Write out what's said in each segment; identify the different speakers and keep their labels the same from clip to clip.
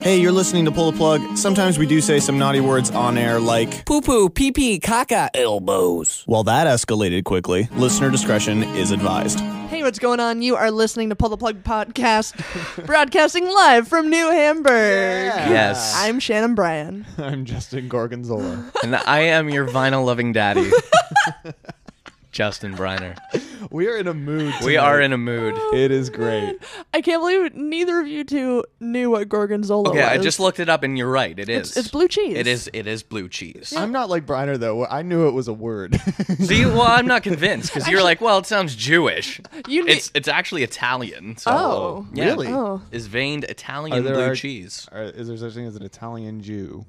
Speaker 1: Hey, you're listening to Pull the Plug. Sometimes we do say some naughty words on air like,
Speaker 2: poo poo, pee pee, caca, elbows.
Speaker 1: well, that escalated quickly. Listener discretion is advised.
Speaker 3: Hey, what's going on? You are listening to Pull the Plug Podcast, broadcasting live from New Hamburg.
Speaker 2: Yes.
Speaker 3: I'm Shannon Bryan.
Speaker 4: I'm Justin Gorgonzola.
Speaker 2: and I am your vinyl loving daddy, Justin Briner.
Speaker 4: we are in a mood.
Speaker 2: We
Speaker 4: tonight.
Speaker 2: are in a mood.
Speaker 4: It is great.
Speaker 3: I can't believe neither of you two knew what gorgonzola
Speaker 2: Okay,
Speaker 3: was.
Speaker 2: I just looked it up and you're right. It is.
Speaker 3: it's blue cheese.
Speaker 2: It is. It is blue cheese.
Speaker 4: I'm not like Briner though. where I knew it was a word.
Speaker 2: See, well, I'm not convinced because you're like, well, it sounds Jewish.
Speaker 3: You need-
Speaker 2: It's it's actually Italian. So
Speaker 3: Oh.
Speaker 2: yeah.
Speaker 4: Really?
Speaker 3: Oh.
Speaker 2: Is veined Italian
Speaker 4: Are there
Speaker 2: blue
Speaker 4: are-
Speaker 2: cheese?
Speaker 4: Or is there such thing as an Italian Jew?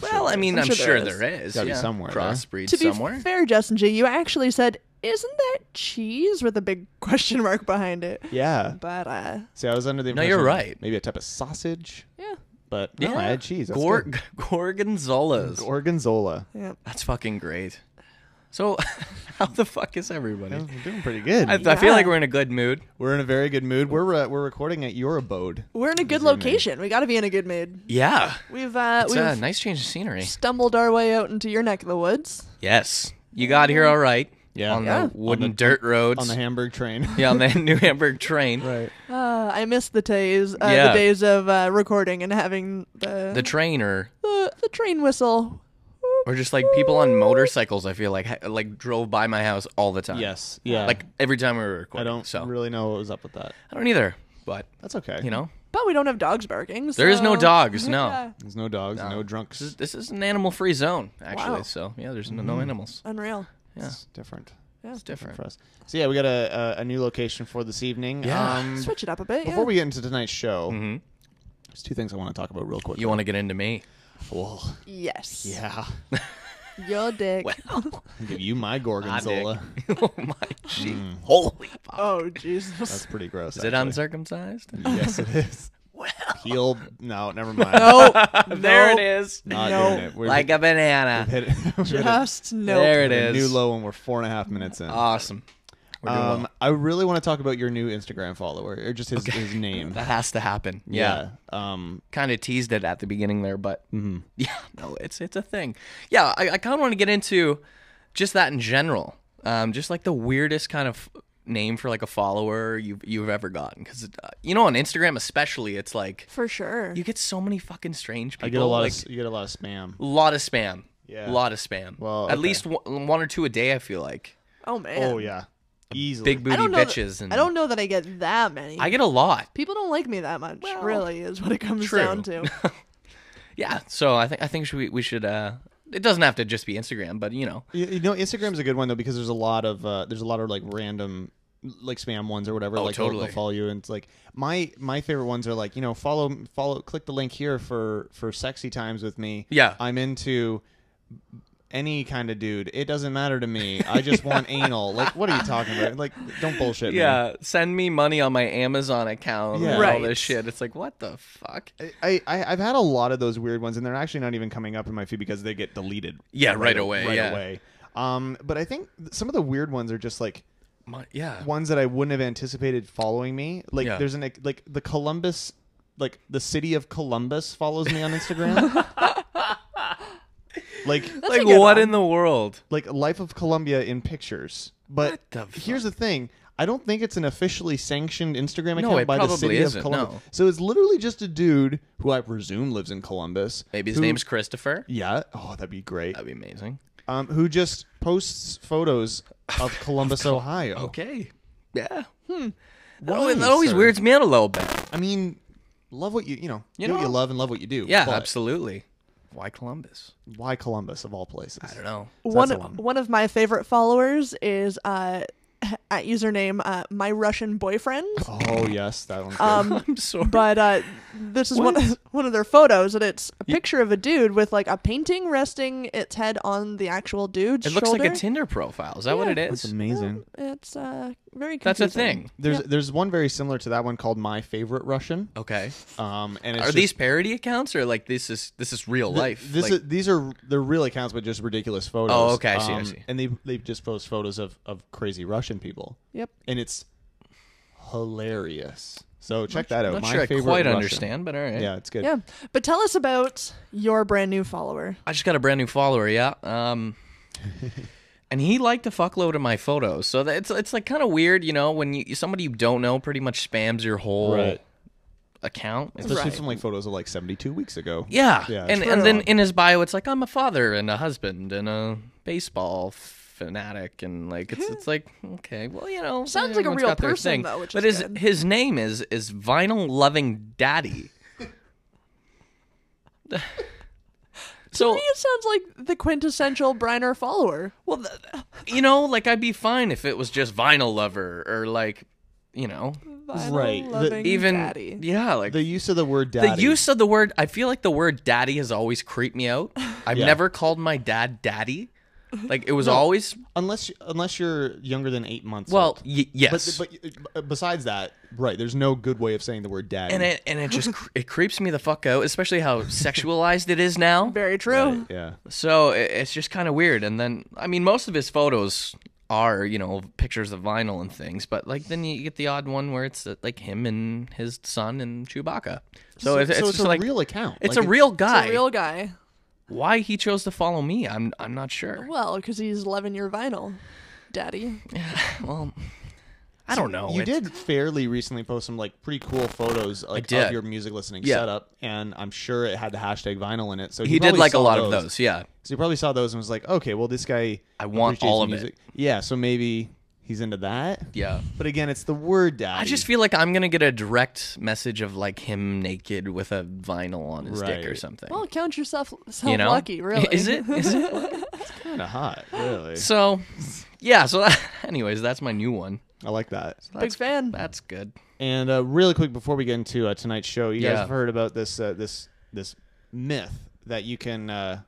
Speaker 2: Well, I mean, I'm, sure, there is.
Speaker 4: Gotta be
Speaker 2: yeah.
Speaker 4: somewhere, there.
Speaker 2: Crossbreed
Speaker 3: To be
Speaker 2: somewhere.
Speaker 3: fair, Justin G, you actually said, "Isn't that cheese?" with a big question mark behind it.
Speaker 4: Yeah.
Speaker 3: But uh,
Speaker 4: See, I was under the
Speaker 2: No,
Speaker 4: impression.
Speaker 2: you're right.
Speaker 4: Maybe a type of sausage,
Speaker 3: yeah,
Speaker 4: but no, I had cheese. That's
Speaker 2: Gor-
Speaker 4: good.
Speaker 2: Gorgonzolas.
Speaker 4: Gorgonzola.
Speaker 3: yeah.
Speaker 2: That's fucking great. So, how the fuck is everybody?
Speaker 4: Yeah, we're doing pretty good.
Speaker 2: I, I feel like
Speaker 3: Yeah.
Speaker 2: we're in a good mood.
Speaker 4: we're in a very good mood. We're uh, we're recording at your abode.
Speaker 3: We're in a good location. We got to be in a good mood.
Speaker 2: Yeah.
Speaker 3: We've uh,
Speaker 2: It's
Speaker 3: we've
Speaker 2: a nice change of scenery.
Speaker 3: stumbled our way out into your neck of the woods.
Speaker 2: Yes. You got here all right.
Speaker 4: Yeah.
Speaker 2: On
Speaker 4: Yeah.
Speaker 2: the wooden
Speaker 4: On the-
Speaker 2: dirt roads.
Speaker 4: On the Hamburg train.
Speaker 2: yeah, on the New Hamburg train.
Speaker 4: right.
Speaker 3: Uh, I miss the days, uh,
Speaker 2: Yeah.
Speaker 3: the days of uh, recording and having the
Speaker 2: The
Speaker 3: the,
Speaker 2: trainer.
Speaker 3: the, train whistle.
Speaker 2: Or just like people on motorcycles, I feel like, ha- like drove by my house all the time.
Speaker 4: Yes. Yeah.
Speaker 2: Like every time we were
Speaker 4: I
Speaker 2: recording.
Speaker 4: don't
Speaker 2: so.
Speaker 4: really know what was up with that.
Speaker 2: I don't either. But,
Speaker 4: That's okay.
Speaker 2: you know,
Speaker 3: But we don't have dogs barking.
Speaker 2: there is no
Speaker 3: so-
Speaker 2: dogs. No.
Speaker 3: Yeah.
Speaker 4: there's no dogs, no, drunks.
Speaker 2: This, is, this is an animal free zone, actually.
Speaker 3: Wow.
Speaker 2: So, yeah, there's no,
Speaker 4: Mm-hmm.
Speaker 2: no animals.
Speaker 3: Unreal.
Speaker 2: Yeah.
Speaker 4: It's different.
Speaker 2: It's different.
Speaker 4: for us. So yeah, we got a, a, a new location for this evening.
Speaker 2: Yeah.
Speaker 4: Um,
Speaker 3: Switch it up a bit.
Speaker 4: before
Speaker 3: yeah.
Speaker 4: we get into tonight's show,
Speaker 2: hmm
Speaker 4: there's two things I want to talk about real quick.
Speaker 2: You want to get into me?
Speaker 4: Well,
Speaker 3: Yes.
Speaker 4: yeah,
Speaker 3: Your dick.
Speaker 2: Well,
Speaker 4: I'll give you my
Speaker 2: my dick.
Speaker 4: gorgonzola. Mm.
Speaker 2: oh my gee. Holy fuck.
Speaker 3: oh Jesus.
Speaker 4: That's pretty gross.
Speaker 2: Is it
Speaker 4: actually.
Speaker 2: uncircumcised?
Speaker 4: Yes, it is.
Speaker 2: Well,
Speaker 4: Peel. No, never mind.
Speaker 3: Oh,
Speaker 2: there
Speaker 3: no.
Speaker 2: it is.
Speaker 4: Not
Speaker 3: no.
Speaker 4: doing it. We're
Speaker 2: like a banana.
Speaker 4: hit it. We've hit a-
Speaker 3: Just no.
Speaker 2: There it
Speaker 4: a
Speaker 2: is.
Speaker 4: new low, and we're four and a half minutes in.
Speaker 2: Awesome. We're doing
Speaker 4: um,
Speaker 2: well.
Speaker 4: I really want to talk about your new Instagram follower, or just his, his name.
Speaker 2: That has to happen. Yeah.
Speaker 4: yeah. Um, Mm-hmm.
Speaker 2: Kind of teased it at the beginning there, but yeah, no, it's it's a thing. Yeah, I, I kind of want to get into just that in general. Um, just like the weirdest kind of name for like a follower you've you've ever gotten because uh, you know on Instagram especially it's like
Speaker 3: For sure.
Speaker 2: you get so many fucking strange people.
Speaker 4: I get a lot
Speaker 2: like,
Speaker 4: of of you get a lot of spam.
Speaker 2: lot of spam.
Speaker 4: Yeah.
Speaker 2: lot of spam.
Speaker 4: Well,
Speaker 2: at
Speaker 4: oh, okay.
Speaker 2: least one, one or two a day. I feel like
Speaker 3: oh man.
Speaker 4: Oh yeah, easily.
Speaker 2: big
Speaker 3: I
Speaker 2: booty
Speaker 3: don't know.
Speaker 2: bitches.
Speaker 3: That,
Speaker 2: and
Speaker 3: I don't know that I get that many.
Speaker 2: I get a lot.
Speaker 3: People don't like me that much.
Speaker 2: Well,
Speaker 3: really, is what it comes
Speaker 2: true.
Speaker 3: down to.
Speaker 2: Yeah. So I think I think should we we should. uh It doesn't have to just be Instagram, but you know.
Speaker 4: You, you know, Instagram's a good one though because there's a lot of uh, there's a lot of like random like spam ones or whatever.
Speaker 2: Oh,
Speaker 4: like they'll- they'll
Speaker 2: totally.
Speaker 4: follow you and it's like my my favorite ones are like you know follow follow click the link here for for sexy times with me.
Speaker 2: Yeah.
Speaker 4: I'm into any kind of dude. It doesn't matter to me. I just want anal. Like what are you talking about? Like don't bullshit. me.
Speaker 2: Yeah. Send me money on my Amazon account.
Speaker 4: Yeah.
Speaker 2: And All
Speaker 3: Right.
Speaker 2: this shit. It's like what the fuck.
Speaker 4: I, I I've had a lot of those weird ones, and they're actually not even coming up in my feed because they get deleted.
Speaker 2: Yeah, right away,
Speaker 4: Right
Speaker 2: yeah.
Speaker 4: away. Um, but I think th- some of the weird ones are just like
Speaker 2: My, yeah.
Speaker 4: ones that I wouldn't have anticipated following me. Like
Speaker 2: Yeah.
Speaker 4: there's an ex- like the Columbus, like the city of Columbus follows me on Instagram. like
Speaker 2: like
Speaker 3: a good
Speaker 2: what
Speaker 3: one.
Speaker 2: in the world?
Speaker 4: like life of Columbia in pictures. But
Speaker 2: What the
Speaker 4: here's the thing. I don't think it's an officially sanctioned Instagram account
Speaker 2: No, it
Speaker 4: by the
Speaker 2: probably
Speaker 4: city
Speaker 2: isn't,
Speaker 4: of Columbus.
Speaker 2: no.
Speaker 4: So it's literally just a dude who I presume lives in Columbus.
Speaker 2: Maybe his
Speaker 4: who-
Speaker 2: name's Christopher.
Speaker 4: yeah. Oh, that'd be great.
Speaker 2: That'd be amazing.
Speaker 4: Um, who just posts photos of Columbus, Ohio?
Speaker 2: Okay. Yeah.
Speaker 3: Hmm.
Speaker 2: That
Speaker 4: Why,
Speaker 2: always, that always
Speaker 4: sir?
Speaker 2: weirds me out a little bit.
Speaker 4: I mean, love what you you know,
Speaker 2: You
Speaker 4: do what
Speaker 2: know?
Speaker 4: you love and love what you do.
Speaker 2: Yeah,
Speaker 4: but
Speaker 2: absolutely. Why Columbus?
Speaker 4: Why Columbus of all places?
Speaker 2: I don't know.
Speaker 3: one,
Speaker 4: the one.
Speaker 3: one of my favorite followers is uh, at username uh, my Russian boyfriend.
Speaker 4: Oh yes, that one's good.
Speaker 3: Um,
Speaker 2: I'm sorry.
Speaker 3: but uh, this is one of, one of their photos, and it's a picture of a dude with like a painting resting its head on the actual dude's
Speaker 2: it looks
Speaker 3: shoulder.
Speaker 2: like a Tinder profile. Is that what it
Speaker 4: That's
Speaker 2: is?
Speaker 4: amazing.
Speaker 3: It's uh, very. Confusing.
Speaker 2: That's a thing.
Speaker 4: There's there's one very similar to that one called My Favorite Russian.
Speaker 2: Okay.
Speaker 4: Um, and it's
Speaker 2: Are
Speaker 4: just-
Speaker 2: these parody accounts or like this is this is real
Speaker 4: th-
Speaker 2: life?
Speaker 4: This
Speaker 2: Like-
Speaker 4: is, these are they're real accounts, but just ridiculous photos. Um,
Speaker 2: Oh, okay, I see, I see.
Speaker 4: And they they just post photos of of crazy Russian people,
Speaker 3: Yep.
Speaker 4: and it's hilarious. So check that out.
Speaker 2: Not
Speaker 4: My
Speaker 2: sure I
Speaker 4: favorite
Speaker 2: quite
Speaker 4: Russian.
Speaker 2: understand, but all right.
Speaker 4: Yeah, it's good.
Speaker 3: Yeah. But tell us about your brand new follower.
Speaker 2: I just got a brand new follower, yeah. Um, and he liked a fuckload of my photos, so that- it's it's like kind of weird, you know, when you somebody you don't know pretty much spams your whole
Speaker 4: Right.
Speaker 2: account. It's
Speaker 4: Especially
Speaker 3: Right.
Speaker 4: from like photos of like 72 weeks ago.
Speaker 2: Yeah.
Speaker 4: Yeah,
Speaker 2: and
Speaker 4: true.
Speaker 2: and then in his bio, it's like I'm a father and a husband and a baseball fanatic and like it's it's like okay, well you know
Speaker 3: Sounds like a
Speaker 2: everyone's
Speaker 3: real
Speaker 2: got their
Speaker 3: person,
Speaker 2: thing.
Speaker 3: though, which
Speaker 2: but
Speaker 3: is
Speaker 2: his
Speaker 3: good.
Speaker 2: his name is is vinyl loving daddy.
Speaker 3: To
Speaker 2: so
Speaker 3: me, it sounds like the quintessential Briner follower.
Speaker 2: well, th- you know, like I'd be fine if it was just vinyl lover or like you know
Speaker 3: Vinyl
Speaker 4: Right. The-
Speaker 3: Loving
Speaker 2: even
Speaker 3: daddy.
Speaker 2: yeah like
Speaker 4: The use of the word
Speaker 2: the
Speaker 4: daddy.
Speaker 2: use of the word i feel like the word daddy has always creeped me out i've
Speaker 4: Yeah.
Speaker 2: never called my dad daddy like it was always
Speaker 4: unless unless you're younger than eight months.
Speaker 2: well
Speaker 4: old.
Speaker 2: y- yes
Speaker 4: But, but uh, besides that, right? There's no good way of saying the word daddy.
Speaker 2: and it and it just cr- it creeps me the fuck out especially how sexualized it is now
Speaker 3: Very true.
Speaker 4: yeah.
Speaker 2: so it, it's just kind of weird and then i mean most of his photos are you know pictures of vinyl and things but like then you get the odd one where it's uh, like him and his son and chewbacca so, it's, it's,
Speaker 4: so it's
Speaker 2: just
Speaker 4: a
Speaker 2: like
Speaker 4: real account.
Speaker 2: it's
Speaker 4: Like,
Speaker 2: a real
Speaker 3: It's
Speaker 2: guy
Speaker 3: a real guy.
Speaker 2: why he chose to follow me i'm i'm not sure
Speaker 3: Well, because he's loving your vinyl, daddy.
Speaker 2: Well, I don't know.
Speaker 4: You
Speaker 2: It's-
Speaker 4: did fairly recently post some like pretty cool photos like of
Speaker 2: did.
Speaker 4: your music listening
Speaker 2: Yeah.
Speaker 4: setup, and I'm sure it had the hashtag vinyl in it. So
Speaker 2: He did
Speaker 4: probably
Speaker 2: like a
Speaker 4: saw
Speaker 2: lot of those. Yeah.
Speaker 4: So you probably saw those and was like, okay, well this guy
Speaker 2: I want
Speaker 4: appreciates
Speaker 2: all of
Speaker 4: music. Yeah, so maybe he's into that.
Speaker 2: Yeah.
Speaker 4: But again, it's the word daddy.
Speaker 2: I just feel like I'm gonna get a direct message of like him naked with a vinyl on his dick or
Speaker 4: Right.
Speaker 2: something.
Speaker 3: Well, count yourself so
Speaker 2: you know,
Speaker 3: lucky, really.
Speaker 2: Is it? Is it?
Speaker 4: kind of hot, really.
Speaker 2: so, yeah. So, anyways, that's my new one.
Speaker 4: I like that.
Speaker 3: Big fan.
Speaker 2: That's good.
Speaker 4: And uh, really quick before we get into uh, tonight's show, you guys
Speaker 2: Yeah.
Speaker 4: have heard about this uh, this this myth that you can uh,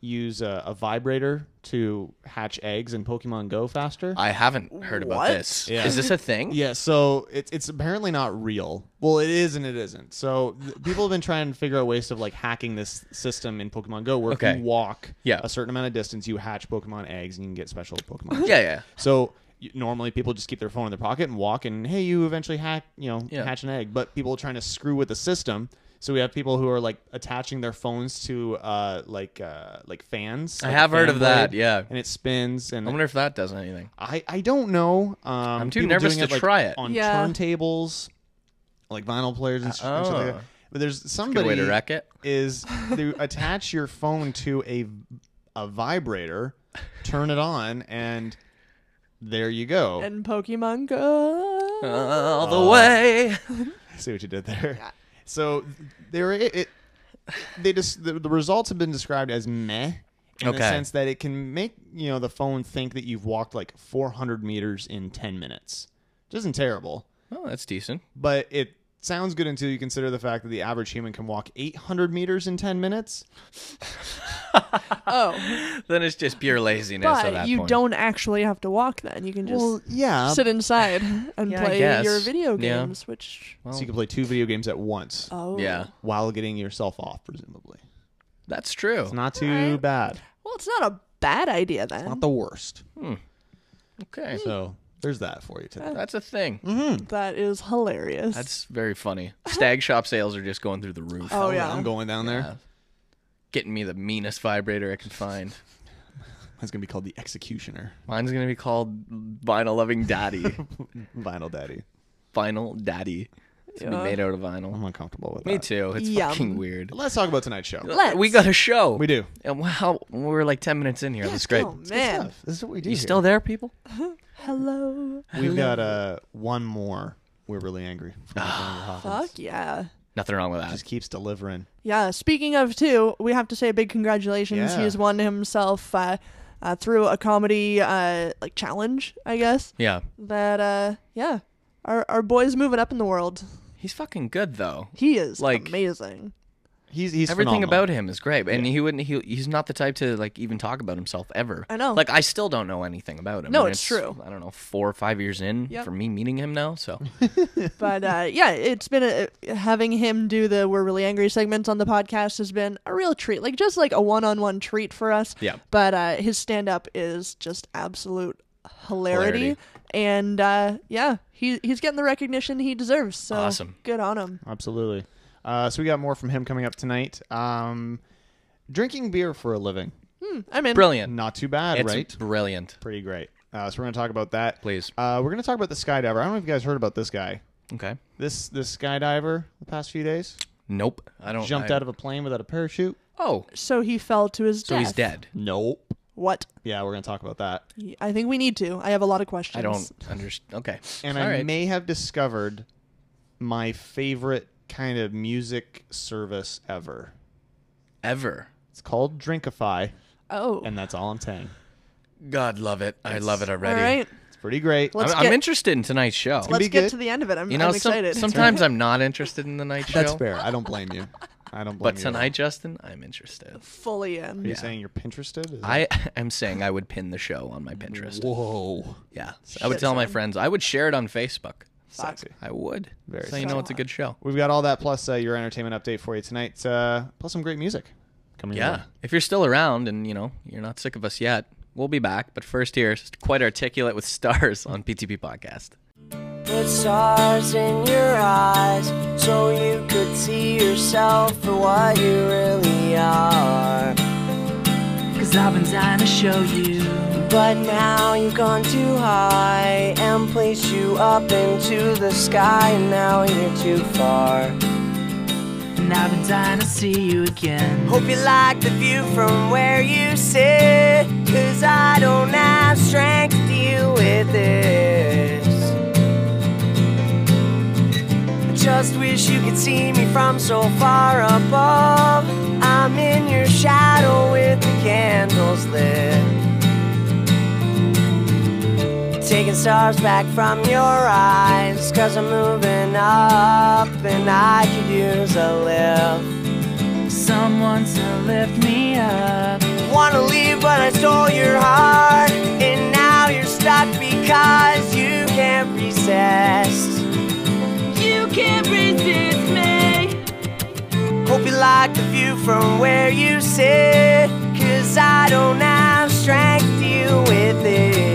Speaker 4: use a, a vibrator to hatch eggs in Pokemon Go faster.
Speaker 2: I haven't heard about
Speaker 3: What?
Speaker 2: this.
Speaker 4: Yeah.
Speaker 2: Is this a thing?
Speaker 4: yeah, so it's it's apparently not real. Well, it is and it isn't. So th- people have been trying to figure out ways of like hacking this system in Pokemon Go, where if
Speaker 2: Okay.
Speaker 4: you walk
Speaker 2: Yeah.
Speaker 4: a certain amount of distance, you hatch Pokemon eggs and you can get special Pokemon.
Speaker 2: Yeah. Yeah.
Speaker 4: So y- normally people just keep their phone in their pocket and walk, and hey, you eventually hack, you know,
Speaker 2: Yeah.
Speaker 4: hatch an egg. But people are trying to screw with the system. So we have people who are like attaching their phones to uh like uh like fans.
Speaker 2: I
Speaker 4: like a
Speaker 2: have heard
Speaker 4: fan
Speaker 2: of that,
Speaker 4: blade,
Speaker 2: yeah.
Speaker 4: and it spins. And
Speaker 2: I wonder if that does anything.
Speaker 4: I I don't know. Um, I'm
Speaker 2: too nervous to try it.
Speaker 4: on
Speaker 3: Yeah.
Speaker 4: turntables, like vinyl players and, s- and stuff like
Speaker 2: Oh.
Speaker 4: that. But there's
Speaker 2: Good
Speaker 4: somebody
Speaker 2: way to wreck it.
Speaker 4: is to attach your phone to a a vibrator, turn it on, and there you
Speaker 2: Oh.
Speaker 4: go.
Speaker 3: And Pokemon Go.
Speaker 2: All the way.
Speaker 4: Uh, See what you did there. So there it, it they just the, the results have been described as meh in the
Speaker 2: Okay.
Speaker 4: sense that it can make you know the phone think that you've walked like 400 meters in 10 minutes, which isn't terrible,
Speaker 2: Oh, that's decent.
Speaker 4: but it. Sounds good until you consider the fact that the average human can walk 800 meters in 10 minutes.
Speaker 3: Oh,
Speaker 2: Then it's just pure laziness at
Speaker 3: but
Speaker 2: that
Speaker 3: you
Speaker 2: point.
Speaker 3: don't actually have to walk then. You can just
Speaker 4: yeah,
Speaker 3: sit inside and
Speaker 2: Yeah, I
Speaker 3: play
Speaker 2: guess.
Speaker 3: your video
Speaker 2: Yeah.
Speaker 3: games, which.
Speaker 4: So you can play two video games at once
Speaker 3: Oh.
Speaker 2: Yeah.
Speaker 4: while getting yourself off, presumably.
Speaker 2: That's true.
Speaker 4: It's not too
Speaker 3: Alright.
Speaker 4: bad.
Speaker 3: Well, it's not a bad idea then. Mm.
Speaker 4: Not the worst.
Speaker 2: Hmm. okay.
Speaker 4: So there's that for you today.
Speaker 2: That's a thing.
Speaker 3: Uh, that is hilarious.
Speaker 2: That's very funny. Stag shop sales are just going through the roof.
Speaker 3: oh, yeah.
Speaker 4: I'm going down there.
Speaker 2: Yeah. Getting me the meanest vibrator I can find.
Speaker 4: It's gonna be called the Executioner.
Speaker 2: Mine's gonna be called Vinyl Loving Daddy.
Speaker 4: Vinyl Daddy.
Speaker 2: vinyl Daddy. It's gonna
Speaker 3: Yeah.
Speaker 2: be made out of
Speaker 4: I'm
Speaker 2: vinyl.
Speaker 4: uncomfortable with
Speaker 2: Me
Speaker 4: that.
Speaker 2: too. It's
Speaker 3: Yum.
Speaker 2: fucking weird.
Speaker 4: Let's talk about tonight's show.
Speaker 3: Let's.
Speaker 2: We got a show.
Speaker 4: We do.
Speaker 2: And wow, we're like ten minutes in here. That's great.
Speaker 3: Oh, man.
Speaker 4: Stuff. This is what we do.
Speaker 2: You
Speaker 4: here.
Speaker 2: still there, people?
Speaker 3: Hello.
Speaker 4: We've got uh, one more. We're really angry. from Alexander Hawkins.
Speaker 3: Fuck yeah.
Speaker 2: Nothing wrong with that.
Speaker 4: Just keeps delivering.
Speaker 3: Yeah, speaking of too, we have to say a big congratulations.
Speaker 4: Yeah.
Speaker 3: He's won himself uh, uh, through a comedy uh, like challenge, I guess.
Speaker 2: Yeah.
Speaker 3: That uh, yeah, our our boy's moving up in the world.
Speaker 2: He's fucking good though.
Speaker 3: He is
Speaker 2: Like-
Speaker 3: amazing.
Speaker 4: He's he's
Speaker 2: Everything
Speaker 4: phenomenal.
Speaker 2: about him is great, and he wouldn't. He he's not the type to like even talk about himself ever.
Speaker 3: I know.
Speaker 2: Like I still don't know anything about him.
Speaker 3: No,
Speaker 2: and
Speaker 3: it's true.
Speaker 2: I don't know, four or five years in
Speaker 3: Yep.
Speaker 2: for me meeting him now. So
Speaker 3: But uh, yeah, it's been a, having him do the "We're Really Angry" segments on the podcast has been a real treat. Like just like a one-on-one treat for us.
Speaker 2: Yeah.
Speaker 3: But uh, his stand-up is just absolute hilarity.
Speaker 2: Hilarity.
Speaker 3: And uh, yeah, he he's getting the recognition he deserves. So
Speaker 2: Awesome.
Speaker 3: good on him.
Speaker 4: Absolutely. Uh, so we got more from him coming up tonight. Um, drinking beer for a living.
Speaker 3: Hmm, I'm in.
Speaker 2: Brilliant.
Speaker 4: Not too bad,
Speaker 2: It's
Speaker 4: right?
Speaker 2: brilliant.
Speaker 4: Pretty great. Uh, so we're going to talk about that.
Speaker 2: Please.
Speaker 4: Uh, we're going to talk about the skydiver. I don't know if you guys heard about this guy.
Speaker 2: Okay.
Speaker 4: This this skydiver the past few days
Speaker 2: Nope. I don't.
Speaker 4: jumped
Speaker 2: I,
Speaker 4: out of a plane without a parachute.
Speaker 2: Oh,
Speaker 3: So he fell to his
Speaker 2: so
Speaker 3: death.
Speaker 2: he's dead.
Speaker 4: Nope.
Speaker 3: What?
Speaker 4: Yeah, we're going to talk about that.
Speaker 3: I think we need to. I have a lot of questions.
Speaker 2: I don't understand. Okay.
Speaker 4: And
Speaker 2: All
Speaker 4: I
Speaker 2: right.
Speaker 4: may have discovered my favorite kind of music service ever.
Speaker 2: ever.
Speaker 4: It's called Drinkify,
Speaker 3: Oh,
Speaker 4: and that's all I'm saying.
Speaker 2: God love it. I love it
Speaker 3: all
Speaker 2: already.
Speaker 3: right.
Speaker 4: It's pretty great.
Speaker 2: I'm,
Speaker 3: Let's
Speaker 2: I'm
Speaker 3: get-
Speaker 2: interested in tonight's show.
Speaker 4: gonna
Speaker 3: Let's
Speaker 4: be
Speaker 3: get
Speaker 4: good.
Speaker 3: to the end of it. I'm,
Speaker 2: You know,
Speaker 3: I'm
Speaker 2: some-
Speaker 3: excited.
Speaker 2: sometimes I'm not interested in the night show.
Speaker 4: That's fair. I don't blame you. I don't blame
Speaker 2: But
Speaker 4: you.
Speaker 2: tonight, Justin, I'm interested.
Speaker 3: fully in.
Speaker 4: Are you saying you're Pinterested? Is
Speaker 2: I am saying I would pin the show on my Pinterest.
Speaker 4: Whoa.
Speaker 2: Yeah. I would tell my friends. I would share it on Facebook.
Speaker 4: Sexy.
Speaker 2: I would.
Speaker 4: Very
Speaker 2: so you know it's a good show.
Speaker 4: We've got all that plus uh, your entertainment update for you tonight, uh, plus some great music coming your
Speaker 2: Yeah.
Speaker 4: way.
Speaker 2: If you're still around and, you know, you're not sick of us yet, we'll be back. But first here's quite articulate with stars on PTP Podcast.
Speaker 5: Put stars in your eyes so you could see yourself for what you really are.
Speaker 6: Cause I've been dying to show you.
Speaker 5: But now you've gone too high and placed you up into the sky, and now you're too far.
Speaker 6: And I've been dying to see you again.
Speaker 5: Hope you like the view from where you sit, cause I don't have strength to deal with this. I just wish you could see me from so far above. I'm in your shadow with the candles lit. Taking stars back from your eyes, cause I'm moving up and I could use a lift.
Speaker 6: Someone to lift me up.
Speaker 5: Wanna leave, but I stole your heart. And now you're stuck because you can't resist.
Speaker 6: You can't resist me.
Speaker 5: Hope you like the view from where you sit. Cause I don't have strength to deal with this.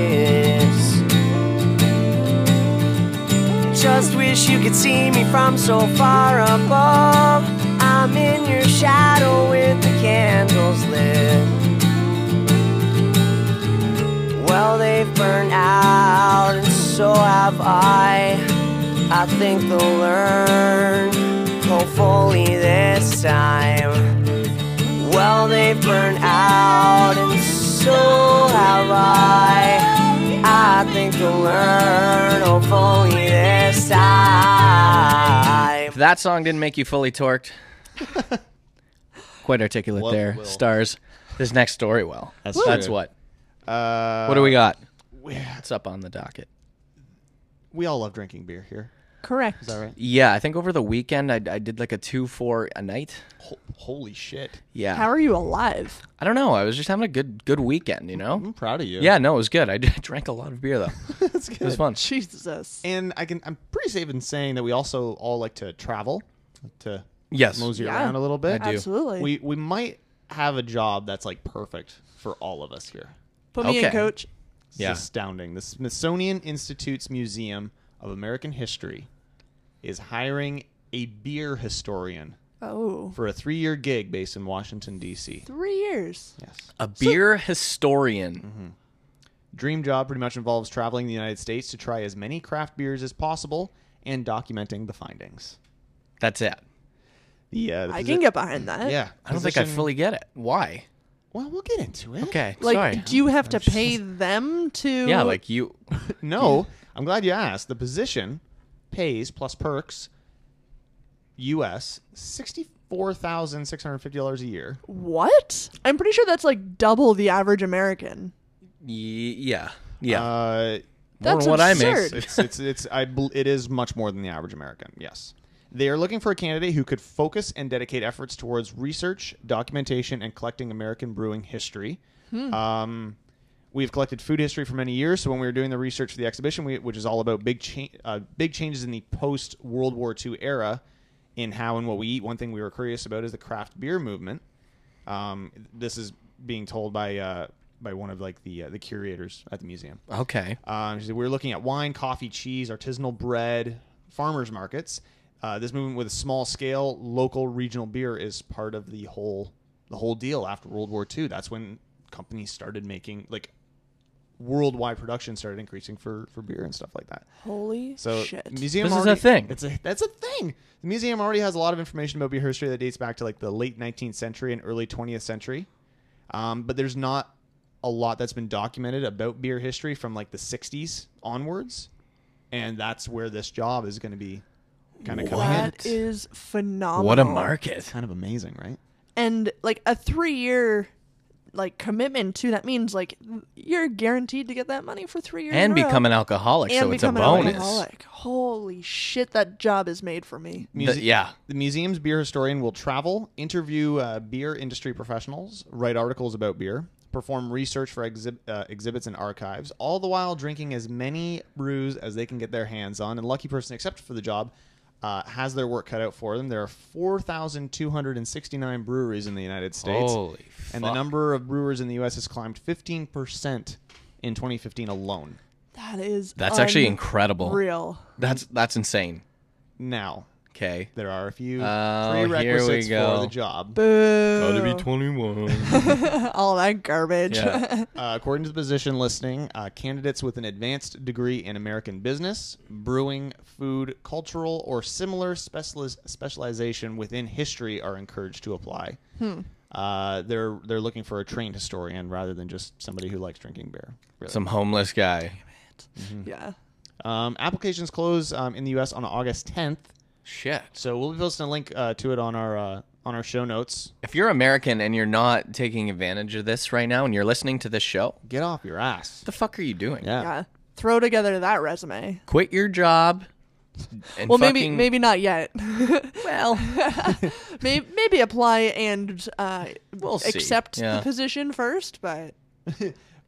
Speaker 5: Just wish you could see me from so far above. I'm in your shadow with the candles lit. Well, they've burned out, and so have I. I think they'll learn, hopefully this time. Well, they burn out, and so have I. I think they'll learn, hopefully this time.
Speaker 2: If that song didn't make you fully torqued, quite articulate
Speaker 4: What
Speaker 2: there,
Speaker 4: will?
Speaker 2: stars. This next story will.
Speaker 4: That's
Speaker 2: That's
Speaker 4: true.
Speaker 2: what.
Speaker 4: Uh,
Speaker 2: What do we got?
Speaker 4: we?
Speaker 2: What's up on the docket?
Speaker 4: We all love drinking beer here.
Speaker 3: Correct.
Speaker 4: Is that right?
Speaker 2: Yeah, I think over the weekend I, I did like a two for a night.
Speaker 4: Ho- holy shit!
Speaker 2: Yeah.
Speaker 3: How are you alive?
Speaker 2: I don't know. I was just having a good good weekend, you know.
Speaker 4: I'm proud of you.
Speaker 2: Yeah, no, it was good. I did- drank a lot of beer though.
Speaker 4: that's good.
Speaker 2: It was fun.
Speaker 3: Jesus.
Speaker 4: And I can. I'm pretty safe in saying that we also all like to travel, like to
Speaker 2: Yes.
Speaker 4: mosey
Speaker 3: Yeah.
Speaker 4: around a little bit.
Speaker 2: I do.
Speaker 3: Absolutely.
Speaker 4: We we might have a job that's like perfect for all of us here.
Speaker 3: Put me in,
Speaker 2: Okay.
Speaker 3: coach.
Speaker 4: It's
Speaker 2: Yeah.
Speaker 4: astounding. The Smithsonian Institute's Museum of American History is hiring a beer historian
Speaker 3: Oh,
Speaker 4: for a three-year gig based in Washington D.C.
Speaker 3: three years.
Speaker 4: Yes.
Speaker 2: A beer historian.
Speaker 4: Mm-hmm. Dream job pretty much involves traveling the United States to try as many craft beers as possible and documenting the findings.
Speaker 2: That's it.
Speaker 4: Yeah,
Speaker 3: I can get behind that.
Speaker 4: Yeah,
Speaker 2: I don't think I
Speaker 4: position-
Speaker 2: fully get it. Why?
Speaker 4: Well, we'll get into it.
Speaker 2: Okay.
Speaker 3: Like,
Speaker 2: sorry.
Speaker 3: do you have to pay them to?
Speaker 2: yeah, like you
Speaker 4: No, I'm glad you asked. The position pays plus perks US $64,650 a year.
Speaker 3: what? I'm pretty sure that's like double the average American.
Speaker 2: y- yeah.
Speaker 4: Uh,
Speaker 2: Yeah. More
Speaker 3: That's
Speaker 2: than what
Speaker 3: absurd.
Speaker 2: I make.
Speaker 4: it's it's it's I bel- it is much more than the average American. Yes. They are looking for a candidate who could focus and dedicate efforts towards research, documentation, and collecting American brewing history. Um, we've collected food history for many years. So when we were doing the research for the exhibition, we, which is all about big cha- uh, big changes in the post World War II era in how and what we eat, one thing we were curious about is the craft beer movement. Um, this is being told by uh, by one of like the uh, the curators at the museum.
Speaker 2: Okay.
Speaker 4: Um, she said, we were looking at wine, coffee, cheese, artisanal bread, farmers markets. Uh, this movement with a small scale, local, regional beer is part of the whole the whole deal after World War II. That's when companies started making like worldwide production started increasing for for beer and stuff like that.
Speaker 3: Holy
Speaker 4: So
Speaker 3: shit.
Speaker 4: museum
Speaker 2: This is a
Speaker 4: already-
Speaker 2: thing.
Speaker 4: It's a that's a thing. The museum already has a lot of information about beer history that dates back to like the late 19th century and early 20th century. Um, but there's not a lot that's been documented about beer history from like the 60s onwards, and that's where this job is going to be kind of coming in.
Speaker 3: that is phenomenal.
Speaker 2: What a market.
Speaker 4: Kind of amazing, right?
Speaker 3: And like a three year like commitment to that means like you're guaranteed to get that money for three years.
Speaker 2: And
Speaker 3: in a row.
Speaker 2: become an alcoholic,
Speaker 3: and
Speaker 2: so it's a
Speaker 3: become an
Speaker 2: bonus.
Speaker 3: alcoholic. Holy shit, that job is made for me.
Speaker 2: The- yeah.
Speaker 4: The museum's beer historian will travel, interview uh, beer industry professionals, write articles about beer, perform research for exhib- uh, exhibits and archives, all the while drinking as many brews as they can get their hands on. And lucky person accepted for the job uh, has their work cut out for them. There are 4,269 breweries in the United States.
Speaker 2: Holy
Speaker 4: And the
Speaker 2: fuck.
Speaker 4: number of brewers in the U.S. has climbed 15% in 2015 alone.
Speaker 3: That is
Speaker 2: That's actually incredible.
Speaker 3: Real.
Speaker 2: That's that's insane.
Speaker 4: Now,
Speaker 2: Okay.
Speaker 4: there are a few
Speaker 2: Oh, here we
Speaker 4: prerequisites for
Speaker 2: go.
Speaker 4: the job.
Speaker 3: Boo.
Speaker 2: Gotta be 21.
Speaker 3: All that garbage.
Speaker 2: Yeah.
Speaker 4: Uh, according to the position listing, uh, candidates with an advanced degree in American business, brewing, food, cultural, or similar specialis- specialization within history are encouraged to apply. Uh, they're they're looking for a trained historian rather than just somebody who likes drinking beer. Really. Mm-hmm.
Speaker 2: Some homeless guy.
Speaker 3: yeah.
Speaker 4: um, applications close um, in the U.S. on August 10th,
Speaker 2: Shit.
Speaker 4: so we'll be posting a link uh, to it on our uh, on our show notes.
Speaker 2: If you're American and you're not taking advantage of this right now and you're listening to this show, what
Speaker 4: Get off your ass.
Speaker 2: the fuck are you doing?
Speaker 4: Yeah.
Speaker 3: Yeah. Throw together that resume.
Speaker 2: Quit your job. And
Speaker 3: Well, maybe
Speaker 2: fucking-
Speaker 3: maybe not yet. well, maybe, maybe apply and uh,
Speaker 2: We'll see.
Speaker 3: accept
Speaker 2: Yeah.
Speaker 3: the position first. But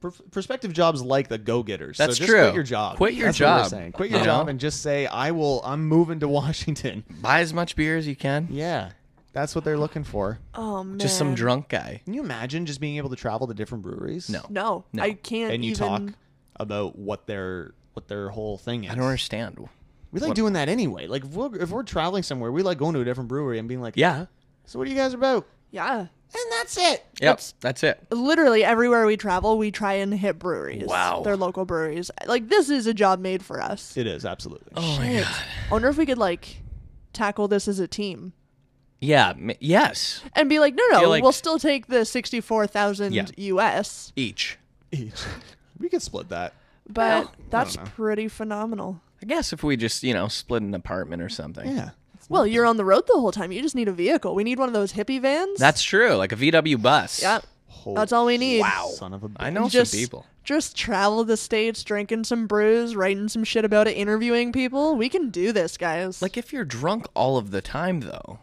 Speaker 4: pr- prospective jobs like the go-getters. so
Speaker 2: That's
Speaker 4: just
Speaker 2: true.
Speaker 4: Quit your job.
Speaker 2: Quit your
Speaker 4: That's what we're
Speaker 2: job.
Speaker 4: saying. Quit your
Speaker 2: You
Speaker 4: job
Speaker 2: know?
Speaker 4: and just say, "I will. I'm moving to Washington."
Speaker 2: buy as much beer as you can.
Speaker 4: Yeah, that's what they're looking for.
Speaker 3: oh man,
Speaker 2: Just some drunk guy.
Speaker 4: Can you imagine just being able to travel to different breweries?
Speaker 2: No.
Speaker 3: No,
Speaker 2: No.
Speaker 3: I can't.
Speaker 4: and you
Speaker 3: even,
Speaker 4: talk about what their what their whole thing is.
Speaker 2: I don't understand.
Speaker 4: We like doing that anyway. Like if we're, if we're traveling somewhere, we like going to a different brewery and being like,
Speaker 2: Yeah.
Speaker 4: So what are you guys about?
Speaker 3: Yeah,
Speaker 4: And that's it.
Speaker 2: Yep. that's it.
Speaker 3: literally everywhere we travel, we try and hit breweries.
Speaker 2: Wow.
Speaker 3: they're local breweries. Like this is a job made for us.
Speaker 4: It is absolutely.
Speaker 2: Oh my god.
Speaker 3: I wonder if we could like tackle this as a team
Speaker 2: Yeah. ma- Yes.
Speaker 3: and be like, no, no,
Speaker 2: Feel like-
Speaker 3: we'll still take the sixty-four thousand
Speaker 2: Yeah.
Speaker 3: U.S.
Speaker 2: Each.
Speaker 4: we could split that.
Speaker 3: But that's
Speaker 4: know.
Speaker 3: pretty phenomenal.
Speaker 2: I guess if we just you know split an apartment or something.
Speaker 4: Yeah.
Speaker 3: Well, you're on the road the whole time. You just need a vehicle. We need one of those hippie vans.
Speaker 2: That's true. Like a VW bus.
Speaker 3: yeah.
Speaker 4: Holy
Speaker 3: That's all we need.
Speaker 4: Wow. Son of a.
Speaker 2: I
Speaker 4: bitch.
Speaker 2: know
Speaker 3: Just
Speaker 2: some people.
Speaker 3: Just travel the states, drinking some brews, writing some shit about it, interviewing people. We can do this, guys.
Speaker 2: Like if you're drunk all of the time though,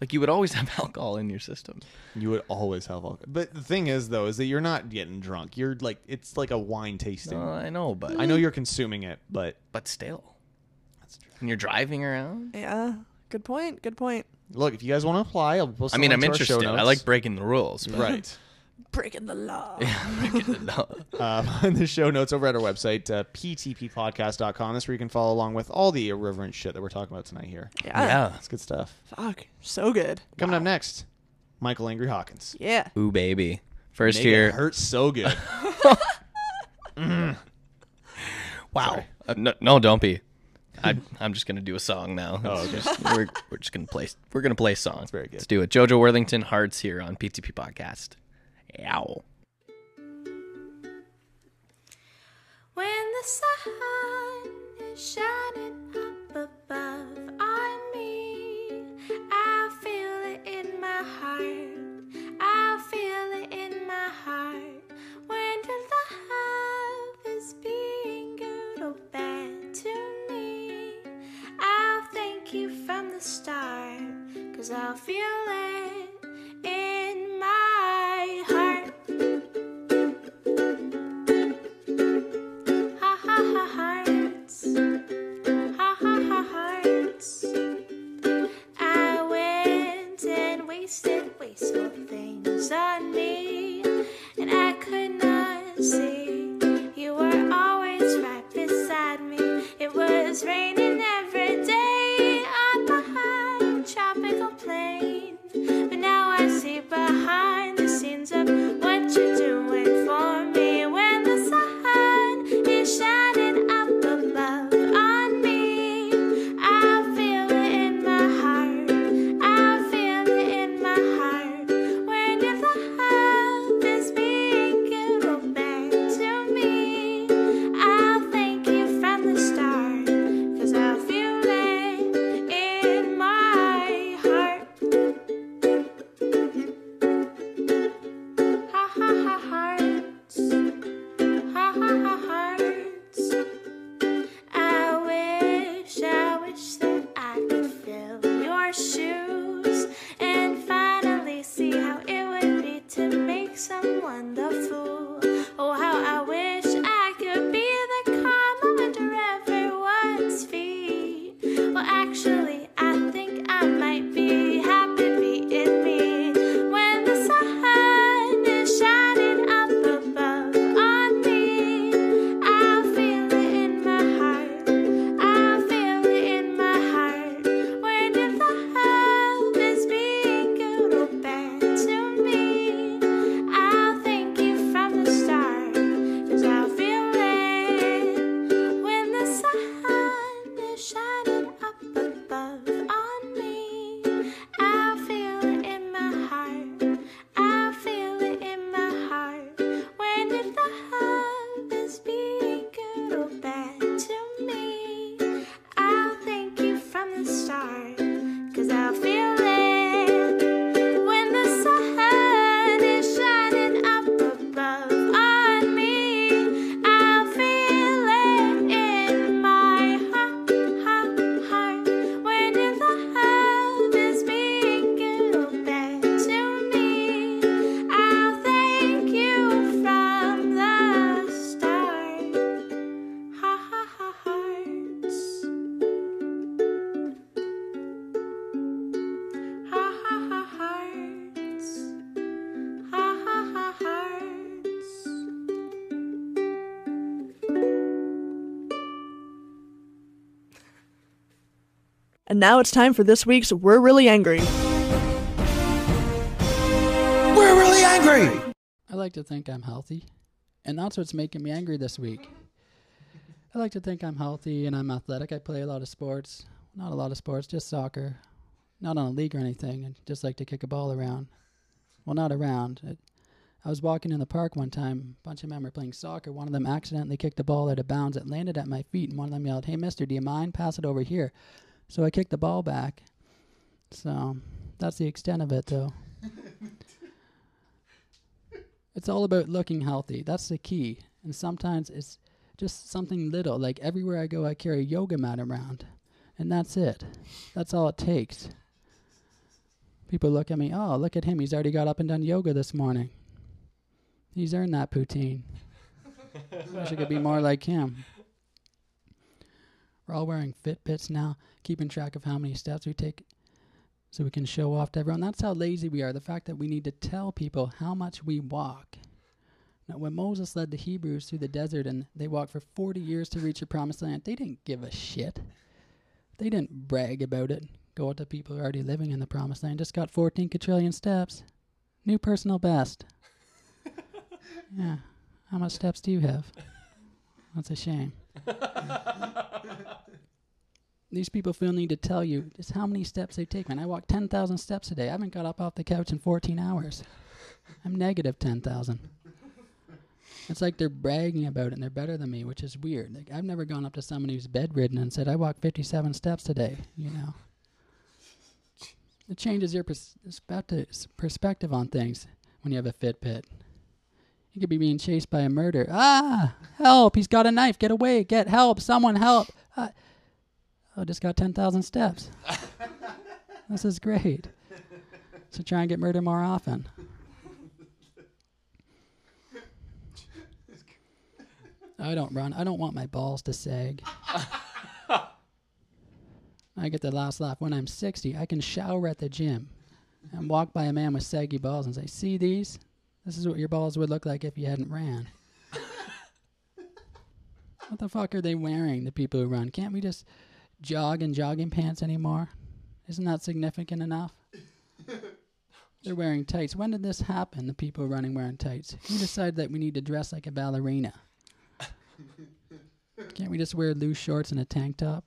Speaker 2: like you would always have alcohol in your system.
Speaker 4: You would always have alcohol. But the thing is, though, is that you're not getting drunk. You're like, it's like a wine tasting.
Speaker 2: Well, I know, but
Speaker 4: I know you're consuming it, but
Speaker 2: but still. And you're driving around.
Speaker 3: yeah, good point. Good point.
Speaker 4: look, if you guys want to apply, I'll post.
Speaker 2: I
Speaker 4: a
Speaker 2: mean,
Speaker 4: link
Speaker 2: I'm
Speaker 4: to our show
Speaker 2: interested. I
Speaker 4: notes.
Speaker 2: like breaking the rules. but-
Speaker 4: right.
Speaker 3: Breaking the law.
Speaker 4: uh, find the show notes over at our website, uh, ptppodcast.com. That's where you can follow along with all the irreverent shit that we're talking about tonight here.
Speaker 3: Yeah.
Speaker 2: yeah.
Speaker 4: That's good stuff.
Speaker 3: Fuck. So good.
Speaker 4: Coming up next, Michael Angry Hawkins.
Speaker 3: Yeah.
Speaker 2: Ooh baby. First
Speaker 4: Make
Speaker 2: year.
Speaker 4: it hurt so good.
Speaker 2: Mm. Wow. Uh, no, no, don't be. I, I'm just gonna do a song now.
Speaker 4: Oh, okay.
Speaker 2: Just- we're, we're just gonna play. We're gonna play a song. That's
Speaker 4: very good.
Speaker 2: Let's do it. Jojo Worthington Hearts here on PTP Podcast. Ow.
Speaker 7: When the sun is shining up above on me, I feel it in my heart. I feel it in my heart. When the love is being good or bad to me, I'll thank you from the start, cause I'll feel it in my heart. Ha ha ha hearts. Ha ha ha hearts. I went and wasted wasteful things on me, and I could not. Oh,
Speaker 3: And now it's time for this week's We're Really Angry.
Speaker 5: We're really angry.
Speaker 8: I like to think I'm healthy, and that's what's making me angry this week. I like to think I'm healthy and I'm athletic. I play a lot of sports, not a lot of sports, just soccer, not on a league or anything. I just like to kick a ball around. Well, not around. It, I was walking in the park one time. A bunch of men were playing soccer. One of them accidentally kicked a ball out of bounds. It landed at my feet, and one of them yelled, "Hey, Mister, do you mind? Pass it over here." So I kicked the ball back. So that's the extent of it, though. It's all about looking healthy. That's the key. And sometimes it's just something little. Like everywhere I go, I carry a yoga mat around. And that's it. That's all it takes. People look at me, oh, look at him. He's already got up and done yoga this morning. He's earned that poutine. Wish I could be more like him. We're all wearing Fitbits now, keeping track of how many steps we take so we can show off to everyone. That's how lazy we are. The fact that we need to tell people how much we walk. Now, when Moses led the Hebrews through the desert and they walked for 40 years to reach the promised land, they didn't give a shit. They didn't brag about it. Go out to people who are already living in the promised land. Just got 14 quadrillion steps. New personal best. yeah. How much steps do you have? That's a shame these people feel need to tell you just how many steps they've taken. I walked 10,000 steps a day. I haven't got up off the couch in 14 hours. I'm negative 10,000. It's like they're bragging about it and they're better than me, which is weird. Like I've never gone up to someone who's bedridden and said, "I walked 57 steps today," you know. It changes your pers- perspective perspective on things when you have a Fitbit. You could be being chased by a murder. Ah, help! He's got a knife. Get away! Get help! Someone help! Ah, I just got 10,000 steps. this is great. So try and get murdered more often. I don't run. I don't want my balls to sag. I get the last laugh. When I'm 60, I can shower at the gym and walk by a man with saggy balls and say, See these? This is what your balls would look like if you hadn't ran. what the fuck are they wearing, the people who run? Can't we just jog in jogging pants anymore? Isn't that significant enough? They're wearing tights. When did this happen? The people running wearing tights. Who decided that we need to dress like a ballerina? Can't we just wear loose shorts and a tank top?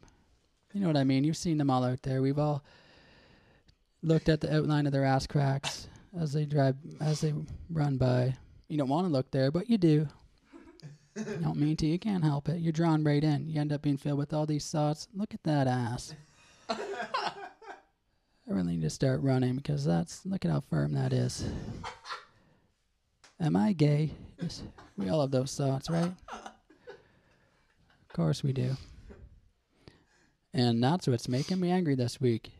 Speaker 8: You know what I mean. You've seen them all out there. We've all looked at the outline of their ass cracks as they drive, as they run by. You don't want to look there, but you do. You don't mean to. You can't help it. You're drawn right in. You end up being filled with all these thoughts. Look at that ass. I really need to start running because that's look at how firm that is. Am I gay? Yes, We all have those thoughts, right? Of course we do. And that's what's making me angry this week.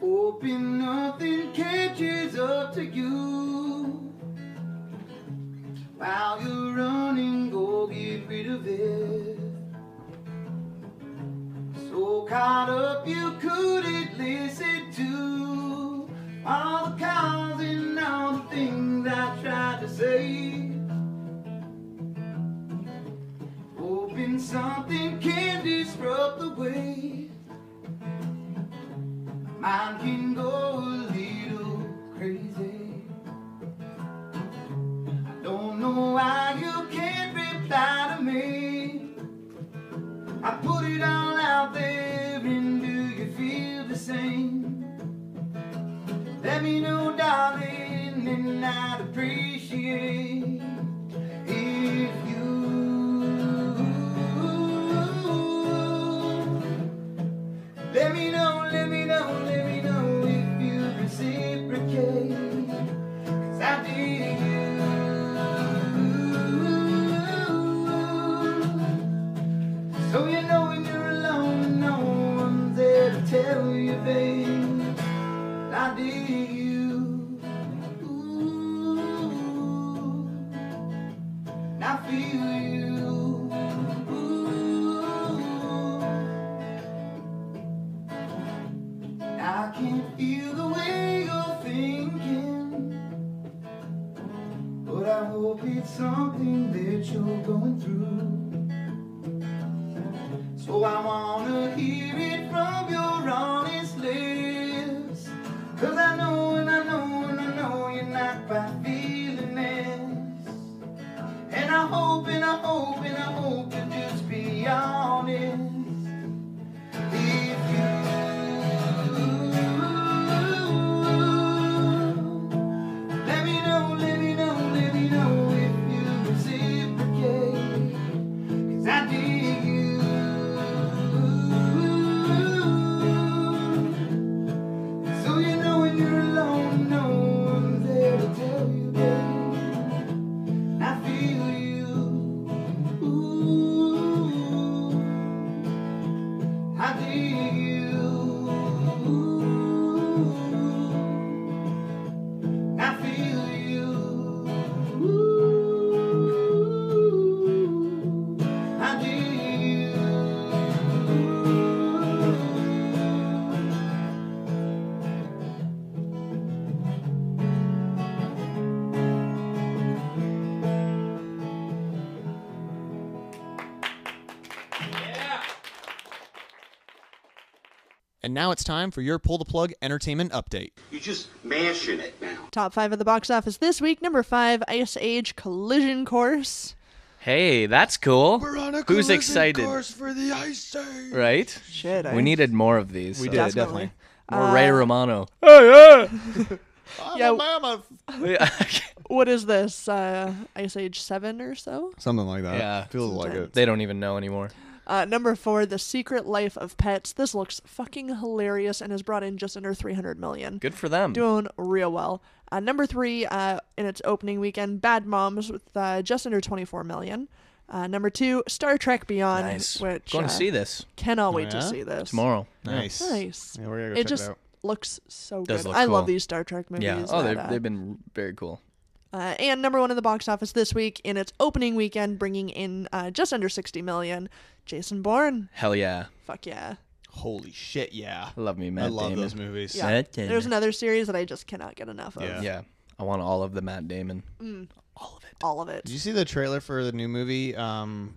Speaker 9: Hoping nothing catches up to you while you're running, go get rid of it. So caught up you couldn't listen to all the cows and all the things I tried to say. Hoping something can disrupt the way. Mine can go a little crazy. I don't know why you can't reply to me. I put it all out there, and do you feel the same? Let me know, darling, and I'd appreciate. If you let me know, let me know, let me know if you reciprocate. Cause I need you. So you know when you're alone and no one's there to tell you, babe. I need you. And I feel you. I can't I hope it's something that you're going through. So I wanna hear it from your honest lips. Cause I know and I know and I know you're not quite feeling this. And I hope and I hope and I hope to just be honest. If you let me know, let me know, let me know if you reciprocate. 'Cause I dig you. So you know when you're alone, no one's there to tell you, babe. I feel you. Ooh. I dig you. I feel you. Ooh, I need you.
Speaker 4: And now it's time for your pull the plug entertainment update.
Speaker 10: You're just mashing it now.
Speaker 3: Top five of the box office this week. Number five, Ice Age Collision Course.
Speaker 2: Hey, that's cool. Who's excited?
Speaker 4: for the ice age.
Speaker 2: Right?
Speaker 3: Shit, I Uh,
Speaker 2: We needed more of these.
Speaker 4: We
Speaker 2: so-
Speaker 4: did definitely.
Speaker 2: More Ray Romano.
Speaker 3: Yeah.
Speaker 4: mama.
Speaker 3: What is this? Uh, Ice Age Seven or so.
Speaker 4: Something like that.
Speaker 2: Yeah.
Speaker 4: feels like it.
Speaker 2: they don't even know anymore.
Speaker 3: Uh, number four, The Secret Life of Pets. This looks fucking hilarious and has brought in just under 300 million.
Speaker 2: Good for them.
Speaker 3: Doing real well. Uh, number three, uh, in its opening weekend, Bad Moms with uh, just under 24 million. Uh, number two, Star Trek Beyond,
Speaker 2: nice.
Speaker 3: which
Speaker 2: Going
Speaker 3: uh,
Speaker 2: to see this
Speaker 3: Cannot wait
Speaker 4: yeah?
Speaker 3: to see this
Speaker 2: tomorrow.
Speaker 4: Nice.
Speaker 3: Nice.
Speaker 4: Yeah, we're gonna go
Speaker 3: it
Speaker 4: check
Speaker 3: just
Speaker 4: it out.
Speaker 3: looks so
Speaker 2: Does
Speaker 3: good.
Speaker 2: look
Speaker 3: I
Speaker 2: cool.
Speaker 3: love these Star Trek movies.
Speaker 2: Yeah. Oh,
Speaker 3: that,
Speaker 2: they've,
Speaker 3: uh,
Speaker 2: they've been very cool.
Speaker 3: uh, and number one in the box office this week in its opening weekend, bringing in uh, just under 60 million. Jason Bourne.
Speaker 2: Hell yeah.
Speaker 3: Fuck yeah.
Speaker 4: Holy shit! Yeah.
Speaker 2: Love me, Matt
Speaker 4: I love
Speaker 2: Damon.
Speaker 4: those movies.
Speaker 3: Yeah.
Speaker 2: Matt Damon.
Speaker 3: There's another series that I just cannot get enough of. Mm.
Speaker 4: Yeah.
Speaker 2: Yeah. I want all of the Matt Damon. All of it.
Speaker 3: All of it.
Speaker 4: Did you see the trailer for the new movie? Um,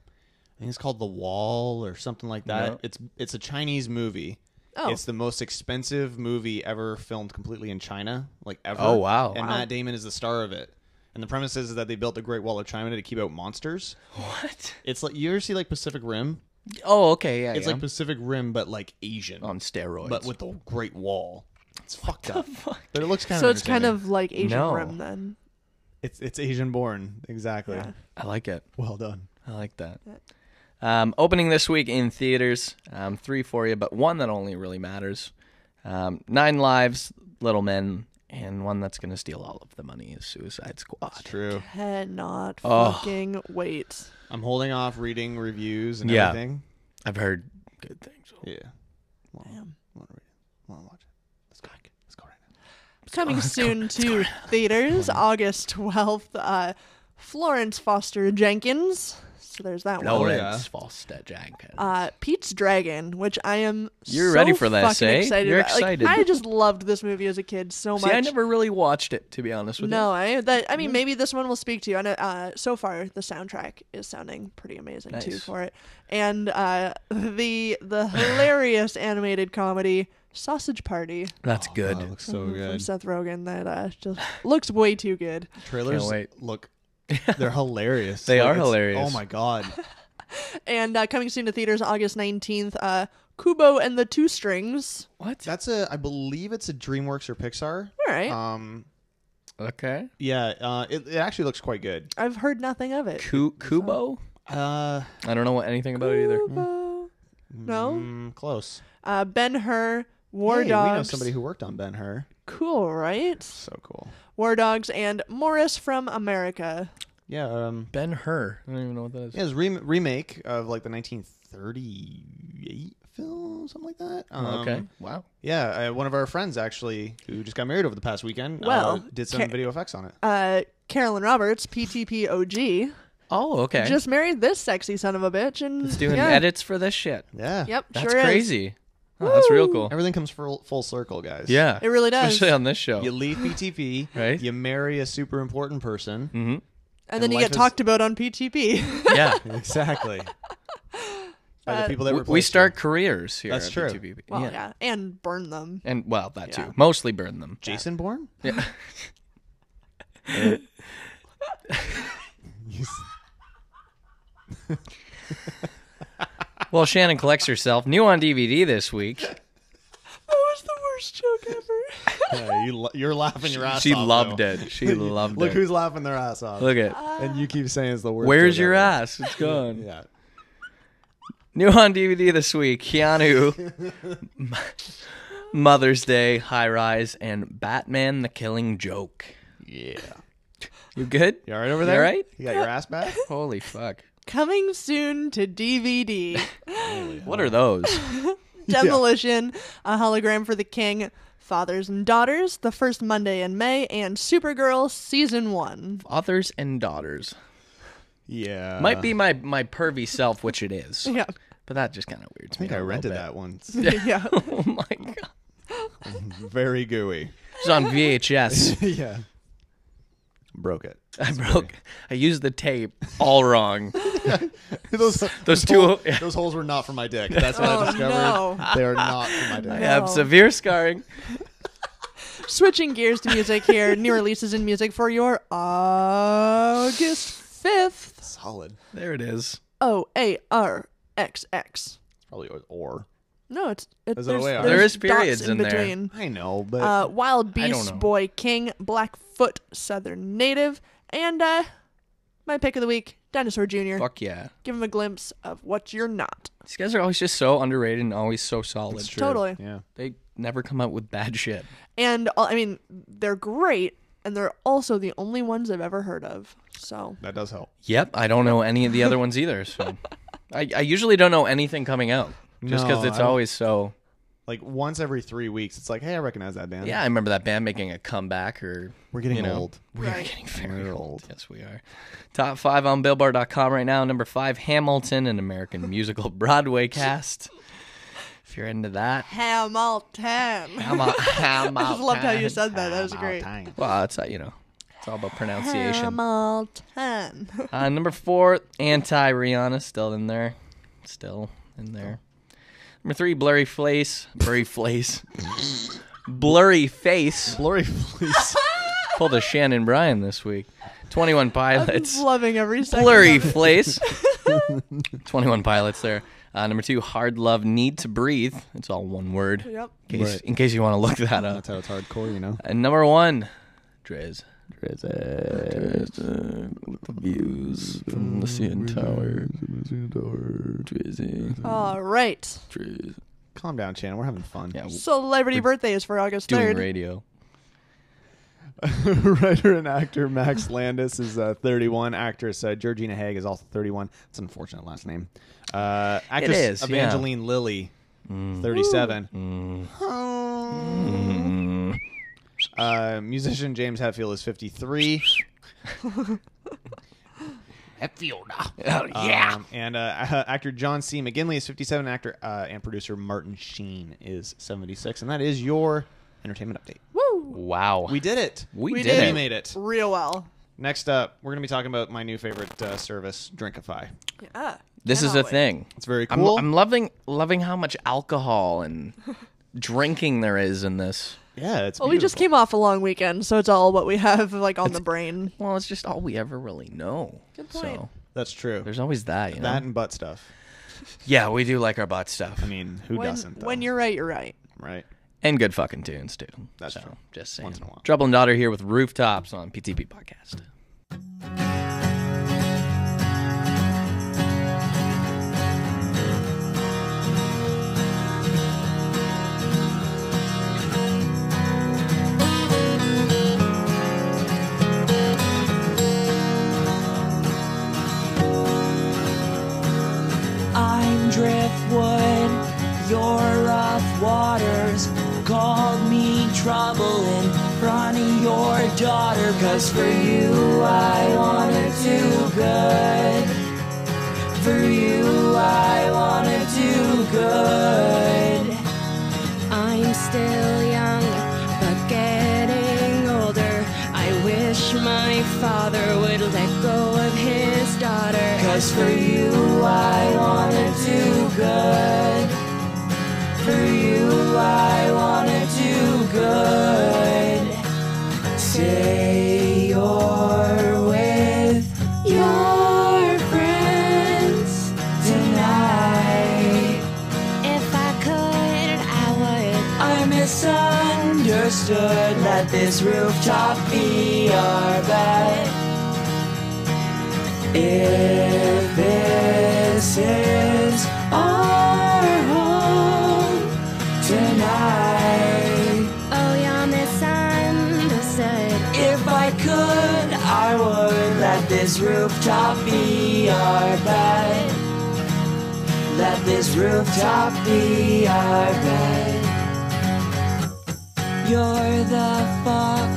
Speaker 4: I think it's called The Wall or something like that.
Speaker 2: No.
Speaker 4: It's it's a Chinese movie.
Speaker 3: Oh.
Speaker 4: It's the most expensive movie ever filmed completely in China, like ever.
Speaker 2: Oh, wow.
Speaker 4: And Matt Damon is the star of it. And the premise is that they built the Great Wall of China to keep out monsters.
Speaker 2: What?
Speaker 4: It's like you ever see like Pacific Rim?
Speaker 2: Oh, okay. Yeah.
Speaker 4: It's
Speaker 2: yeah.
Speaker 4: like Pacific Rim, but like Asian,
Speaker 2: on steroids.
Speaker 4: but with the Great Wall. It's fucked up, but it looks kind
Speaker 3: so
Speaker 4: of
Speaker 3: it's kind of like Asian
Speaker 2: No.
Speaker 3: Rim then.
Speaker 4: it's it's Asian born exactly.
Speaker 2: I like it.
Speaker 4: Well done.
Speaker 2: I like that. Um, opening this week in theaters, um, three for you, but one that only really matters. Um, Nine Lives, Little Men, and one that's going to steal all of the money is Suicide Squad.
Speaker 4: True.
Speaker 3: Cannot
Speaker 2: Oh.
Speaker 3: fucking wait.
Speaker 4: I'm holding off reading reviews and
Speaker 2: Yeah.
Speaker 4: everything.
Speaker 2: I've heard good things.
Speaker 4: Yeah. Damn. Want to read it? Want to watch it? Let's go. Let's go right now.
Speaker 3: Coming soon to theaters, August 12th. Uh, Florence Foster Jenkins. So there's that
Speaker 2: No,
Speaker 3: one.
Speaker 2: it's
Speaker 4: yeah.
Speaker 2: Foster Jenkins.
Speaker 3: Uh, Pete's Dragon, which I am
Speaker 2: You're
Speaker 3: so
Speaker 2: ready for this,
Speaker 3: fucking
Speaker 2: eh?
Speaker 3: excited
Speaker 2: You're
Speaker 3: about. Like,
Speaker 2: excited.
Speaker 3: I just loved this movie as a kid so
Speaker 2: See,
Speaker 3: much.
Speaker 2: I never really watched it, Mm-hmm. to be honest with
Speaker 3: no, I that I mean maybe this one will speak to you. And uh, so far, the soundtrack is sounding pretty amazing too
Speaker 2: Nice.
Speaker 3: for it, and uh, the the hilarious animated comedy Sausage Party
Speaker 2: you. That's good.
Speaker 4: Oh, That looks so
Speaker 3: from
Speaker 4: good.
Speaker 3: Seth Rogen that uh, just looks way too good.
Speaker 4: Trailers
Speaker 2: Can't wait.
Speaker 4: look. They're hilarious.
Speaker 2: They are
Speaker 4: it's-
Speaker 2: hilarious.
Speaker 4: Oh my god.
Speaker 3: And uh, coming soon to theaters August nineteenth, uh, Kubo and the Two Strings.
Speaker 2: what?
Speaker 4: That's a. I believe it's a DreamWorks or Pixar.
Speaker 3: All right,
Speaker 4: Um.
Speaker 2: okay.
Speaker 4: Yeah. Uh. It, it actually looks quite good.
Speaker 3: I've heard nothing of it.
Speaker 2: Ku- Kubo?
Speaker 4: Uh.
Speaker 2: I don't know what- anything about it either.
Speaker 3: Kubo. No,
Speaker 4: mm, close.
Speaker 3: uh, Ben Hur, War
Speaker 4: hey,
Speaker 3: Dogs.
Speaker 4: We know somebody who worked on Ben Hur.
Speaker 3: Cool, right?
Speaker 4: So cool.
Speaker 3: War Dogs and Morris from America.
Speaker 4: Yeah. Um.
Speaker 2: Ben Hur. I don't even know what that is.
Speaker 4: Yeah, it's rem- remake of like the 1938 film, something like that. Um,
Speaker 2: okay. Wow.
Speaker 4: Yeah, uh, one of our friends actually, who just got married over the past weekend,
Speaker 3: Well,
Speaker 4: uh, did some
Speaker 3: Ca-
Speaker 4: video effects on it.
Speaker 3: Uh, Carolyn Roberts, PTP OG,
Speaker 2: Oh, okay.
Speaker 3: just married this sexy son of a bitch and
Speaker 2: It's doing
Speaker 3: yeah.
Speaker 2: edits for this shit.
Speaker 4: Yeah,
Speaker 3: Yep,
Speaker 2: That's
Speaker 3: sure is.
Speaker 2: crazy. Oh, that's real cool.
Speaker 4: Everything comes full, full circle, guys.
Speaker 2: Yeah.
Speaker 3: It really does.
Speaker 2: Especially on this show.
Speaker 4: you leave BTP,
Speaker 2: Right.
Speaker 4: You marry a super important person,
Speaker 2: Mhm.
Speaker 3: And, then you
Speaker 4: life
Speaker 3: get
Speaker 4: is-
Speaker 3: talked about on PTP.
Speaker 2: Yeah.
Speaker 4: exactly. By
Speaker 3: Uh,
Speaker 4: the people that
Speaker 2: We, we
Speaker 4: replaced you.
Speaker 2: start careers here.
Speaker 4: That's
Speaker 2: at
Speaker 4: true.
Speaker 2: B2B.
Speaker 3: well, yeah. and burn them.
Speaker 2: And well, that
Speaker 3: Yeah.
Speaker 2: too. Mostly burn them.
Speaker 4: Jason Bourne.
Speaker 2: Yeah.
Speaker 4: You s-
Speaker 2: well, Shannon collects herself. New on DVD this week.
Speaker 3: That was the worst joke ever.
Speaker 4: yeah, you, lo- you're laughing your ass
Speaker 2: She
Speaker 4: off.
Speaker 2: loved
Speaker 4: though.
Speaker 2: it. She loved
Speaker 4: Look
Speaker 2: it.
Speaker 4: who's laughing their ass off.
Speaker 2: Look at.
Speaker 4: and you keep saying it's the worst.
Speaker 2: Where's
Speaker 4: joke
Speaker 2: your
Speaker 4: ever.
Speaker 2: ass? It's gone.
Speaker 4: Yeah.
Speaker 2: New on DVD this week Keanu, M- Mother's Day, High Rise, and Batman the Killing Joke.
Speaker 4: Yeah.
Speaker 2: You good?
Speaker 4: You all right over
Speaker 2: You
Speaker 4: there?
Speaker 2: all right?
Speaker 4: You got your ass back?
Speaker 2: Holy fuck.
Speaker 3: Coming soon to DVD.
Speaker 2: What are those?
Speaker 3: Demolition, a hologram for the king, fathers and daughters, the first Monday in May, and Supergirl season one.
Speaker 2: Fathers and daughters.
Speaker 4: Yeah.
Speaker 2: Might be my, my pervy self, which it is.
Speaker 3: Yeah,
Speaker 2: But that just kind of weirds
Speaker 4: I think
Speaker 2: me
Speaker 4: I
Speaker 2: out a little
Speaker 4: rented
Speaker 2: bit.
Speaker 4: that once.
Speaker 3: yeah.
Speaker 2: Oh my God.
Speaker 4: Very gooey.
Speaker 2: It's on VHS.
Speaker 4: yeah. Broke it.
Speaker 2: I broke. I used the tape all wrong.
Speaker 4: those
Speaker 2: Those two-
Speaker 4: hole-
Speaker 2: yeah.
Speaker 4: those holes were not for my dick. That's what
Speaker 3: Oh,
Speaker 4: I discovered.
Speaker 3: no.
Speaker 4: They are not for my
Speaker 2: I
Speaker 4: dick.
Speaker 2: have severe scarring.
Speaker 3: Switching gears to music here. New releases in music for your August fifth.
Speaker 4: Solid.
Speaker 2: There it is.
Speaker 3: O A R X X.
Speaker 4: It's probably or- or.
Speaker 3: No, it's it,
Speaker 4: Is
Speaker 3: there's,
Speaker 4: that a way out?
Speaker 3: there's
Speaker 4: There
Speaker 2: is
Speaker 3: dots
Speaker 2: periods
Speaker 3: in,
Speaker 2: in there.
Speaker 3: between.
Speaker 4: I know, but
Speaker 3: Uh, Wild
Speaker 2: I don't
Speaker 3: Beast,
Speaker 2: know.
Speaker 3: Boy King, Blackfoot, Southern Native, and uh, my pick of the week, Dinosaur Jr.
Speaker 2: Fuck yeah.
Speaker 3: Give him a glimpse of what you're not.
Speaker 2: These guys are always just so underrated and always so solid.
Speaker 3: Totally.
Speaker 4: yeah.
Speaker 2: They never come out with bad shit.
Speaker 3: And uh, I mean, they're great, and they're also the only ones I've ever heard of. So
Speaker 4: That does help.
Speaker 2: Yep, I don't know any of the other ones either. So I, I usually don't know anything coming out just because
Speaker 4: No,
Speaker 2: it's
Speaker 4: I don't-
Speaker 2: always so.
Speaker 4: Like once every three weeks, it's like, hey, I recognize that band.
Speaker 2: Yeah, I remember that band making a comeback or.
Speaker 4: We're getting
Speaker 2: you know,
Speaker 4: old.
Speaker 2: We are
Speaker 3: Right.
Speaker 2: getting very
Speaker 4: We're
Speaker 2: old.
Speaker 4: old.
Speaker 2: Yes, we are. Top five on Billboard.com right now. Number five, Hamilton, an American musical Broadway cast. If you're into that,
Speaker 3: Hamilton.
Speaker 2: I'm a
Speaker 3: I just
Speaker 2: Hamilton.
Speaker 3: loved how you said that. That was great.
Speaker 4: Time.
Speaker 2: Well, it's uh, you know, it's all about pronunciation.
Speaker 3: Hamilton.
Speaker 2: Uh, number four, anti Rihanna, still in there, still in there. Number three, blurry face, blurry face, blurry face.
Speaker 4: Blurry, please.
Speaker 2: Pulled a Shannon Bryan this week. Twenty One Pilots,
Speaker 3: Loving every second.
Speaker 2: blurry face. Twenty One Pilots there. Uh, number two, hard love, need to breathe. It's all one word.
Speaker 3: Yep.
Speaker 2: In case,
Speaker 4: Right.
Speaker 2: in case you want to look that up.
Speaker 4: That's how it's hardcore, you know.
Speaker 2: And Uh, number one, Driz. uh, Views from the CN Tower. Drizzy.
Speaker 3: All right.
Speaker 2: Driz.
Speaker 4: Calm down, Shannon. We're having fun.
Speaker 2: Yeah,
Speaker 3: Celebrity birthdays for August
Speaker 2: doing
Speaker 3: 3rd.
Speaker 2: radio.
Speaker 4: Writer and actor Max Landis is uh, 31. Actress uh, Georgina Haig is also 31. That's an unfortunate last name. Uh, actress
Speaker 2: is, yeah.
Speaker 4: Evangeline Lilly,
Speaker 2: Mm.
Speaker 4: 37. Uh, musician James Hetfield is 53.
Speaker 8: ah.
Speaker 4: yeah.
Speaker 8: Um,
Speaker 4: and uh, actor John C. McGinley is 57. Actor uh, and producer Martin Sheen is 76. And that is your entertainment update.
Speaker 3: Woo.
Speaker 2: Wow.
Speaker 4: We did it.
Speaker 2: We
Speaker 3: We
Speaker 2: did
Speaker 3: did
Speaker 4: We
Speaker 2: it.
Speaker 4: made it.
Speaker 3: Real well.
Speaker 4: Next up, we're going to be talking about my new favorite uh, service, Drinkify.
Speaker 3: Yeah.
Speaker 2: This is a
Speaker 3: Cannot wait.
Speaker 2: thing.
Speaker 4: It's very
Speaker 2: I'm,
Speaker 4: cool.
Speaker 2: I'm loving loving how much alcohol and drinking there is in this.
Speaker 4: yeah, it's
Speaker 3: Well, we just
Speaker 4: beautiful.
Speaker 3: came off a long weekend, so it's all what we have like on the brain.
Speaker 2: Well, it's just all we ever really know.
Speaker 3: Good point.
Speaker 2: So
Speaker 4: That's true.
Speaker 2: there's always that, you know.
Speaker 4: That and butt stuff.
Speaker 2: Yeah, we do like our bot stuff
Speaker 4: I mean, who
Speaker 3: When,
Speaker 4: doesn't? Though,
Speaker 3: when you're right, you're right.
Speaker 4: right.
Speaker 2: and good fucking tunes too.
Speaker 4: That's
Speaker 2: so,
Speaker 4: true.
Speaker 2: Just saying.
Speaker 4: Once in a while.
Speaker 2: Trouble and Daughter here with Rooftops on PTP Podcast.
Speaker 6: I'm driftwood, you're rough waters. Called me trouble in front of your daughter, cause for you I wanna do good. For you I wanna do good.
Speaker 11: I'm still young, but getting older. I wish my
Speaker 7: father would let go of his daughter.
Speaker 6: Cause for you I wanna do good. For you I wanna do good. Say you're with your friends tonight. If I could, I would. I misunderstood. Let this rooftop be our bed. If this is our home tonight,
Speaker 12: Oh, you're misunderstood.
Speaker 6: if I could, I would let this rooftop be our bed. Let this rooftop be our bed. You're the fox,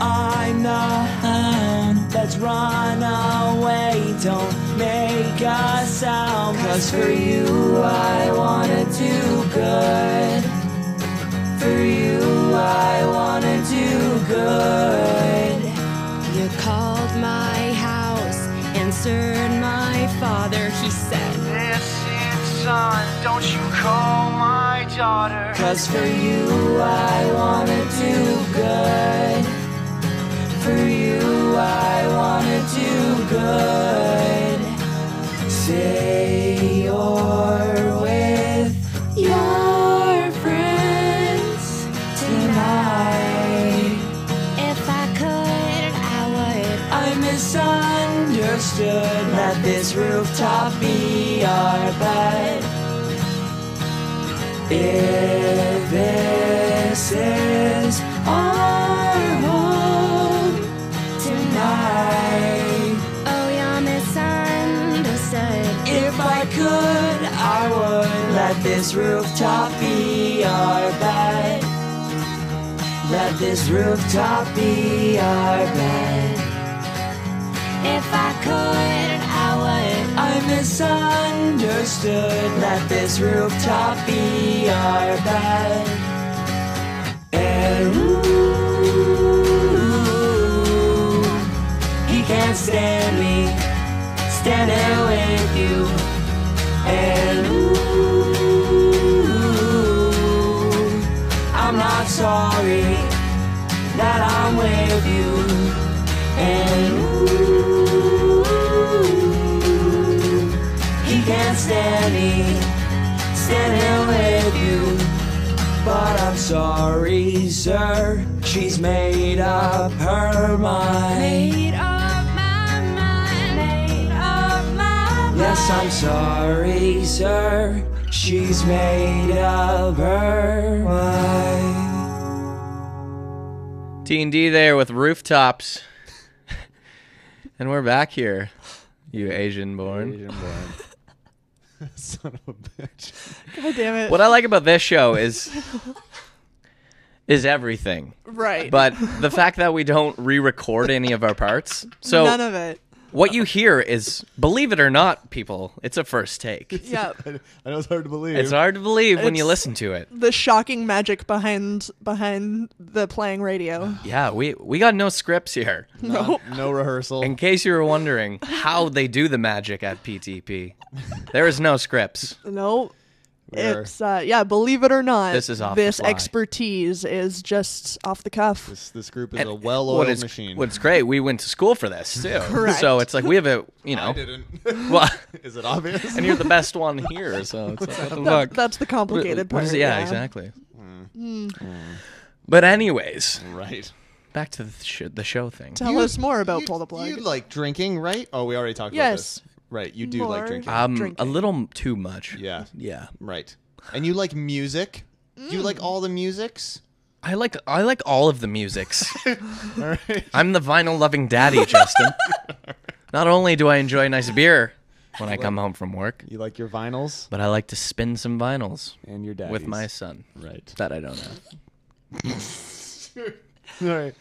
Speaker 6: I'm the hound. Let's run away, don't make a sound. Cause for you, I wanna do good. For you, I wanna do good.
Speaker 7: You called my house, answered my father. He said,
Speaker 13: Listen, son, don't you call my daughter.
Speaker 6: Cause for you I wanna do good. For you I wanna do good. Say you're with your friends tonight.
Speaker 12: If I could, I would.
Speaker 6: I misunderstood. Let this rooftop be our bed. If this is our home tonight,
Speaker 12: Oh, you're misunderstood.
Speaker 6: if I could, I would let this rooftop be our bed. Let this rooftop be our bed.
Speaker 12: If I could, I would.
Speaker 6: I misunderstood. Let this rooftop be our bed. And ooh, he can't stand me standing with you. And ooh, I'm not sorry that I'm with you. And ooh, he can't stand me standing with you. But I'm sorry, sir, she's made up her mind.
Speaker 7: Made up my mind, made up my mind.
Speaker 6: Yes, I'm sorry, sir, she's made up her mind.
Speaker 2: T and D there with rooftops, and we're back here. You Asian-born.
Speaker 4: Son of a bitch.
Speaker 3: God damn it.
Speaker 2: What I like about this show is is everything.
Speaker 3: right.
Speaker 2: But the fact that we don't re-record any of our parts, so
Speaker 3: None of it.
Speaker 2: what you hear is, believe it or not, people, it's a first take.
Speaker 3: Yep.
Speaker 4: I know it's hard to believe.
Speaker 2: It's hard to believe when you
Speaker 3: It's-
Speaker 2: listen to it.
Speaker 3: the shocking magic behind behind the playing radio.
Speaker 2: Yeah, we we got no scripts here.
Speaker 3: No.
Speaker 4: No rehearsal.
Speaker 2: In case you were wondering how they do the magic at PTP, there is no scripts.
Speaker 3: No.
Speaker 4: We're-
Speaker 3: It's uh yeah, believe it or not.
Speaker 2: This is off the
Speaker 3: this
Speaker 2: fly.
Speaker 3: expertise is just off the cuff.
Speaker 4: this, this group is a
Speaker 2: And
Speaker 4: well-oiled
Speaker 2: what is-
Speaker 4: machine.
Speaker 2: What's great, we went to school for this too.
Speaker 3: Correct.
Speaker 2: So it's like we have a, you
Speaker 4: I
Speaker 2: know,
Speaker 4: didn't.
Speaker 2: well,
Speaker 4: is it obvious?
Speaker 2: and you're the best one here. So it's like, what the
Speaker 3: That-
Speaker 2: fuck?
Speaker 3: that's the complicated part.
Speaker 2: What
Speaker 3: Hmm.
Speaker 2: is it? Yeah, exactly. Hmm. But anyways,
Speaker 4: right.
Speaker 2: back to the, sh- the show thing.
Speaker 3: Tell us more about pull the plug.
Speaker 4: You like drinking, right? Oh, we already talked
Speaker 3: Yes.
Speaker 4: about this. Right. You do
Speaker 3: More.
Speaker 4: like drinking.
Speaker 2: Um, a
Speaker 3: drinking.
Speaker 2: little m- too much.
Speaker 4: yeah.
Speaker 2: Yeah.
Speaker 4: Right. And you like music. You like all the musics.
Speaker 2: I like I like all of the musics. I'm the vinyl loving daddy, Justin. Not only do I enjoy a nice beer when I come home from work,
Speaker 4: You like your vinyls
Speaker 2: but I like to spin some vinyls
Speaker 4: and your dad
Speaker 2: with my son.
Speaker 4: right.
Speaker 2: That I don't know.
Speaker 4: All right.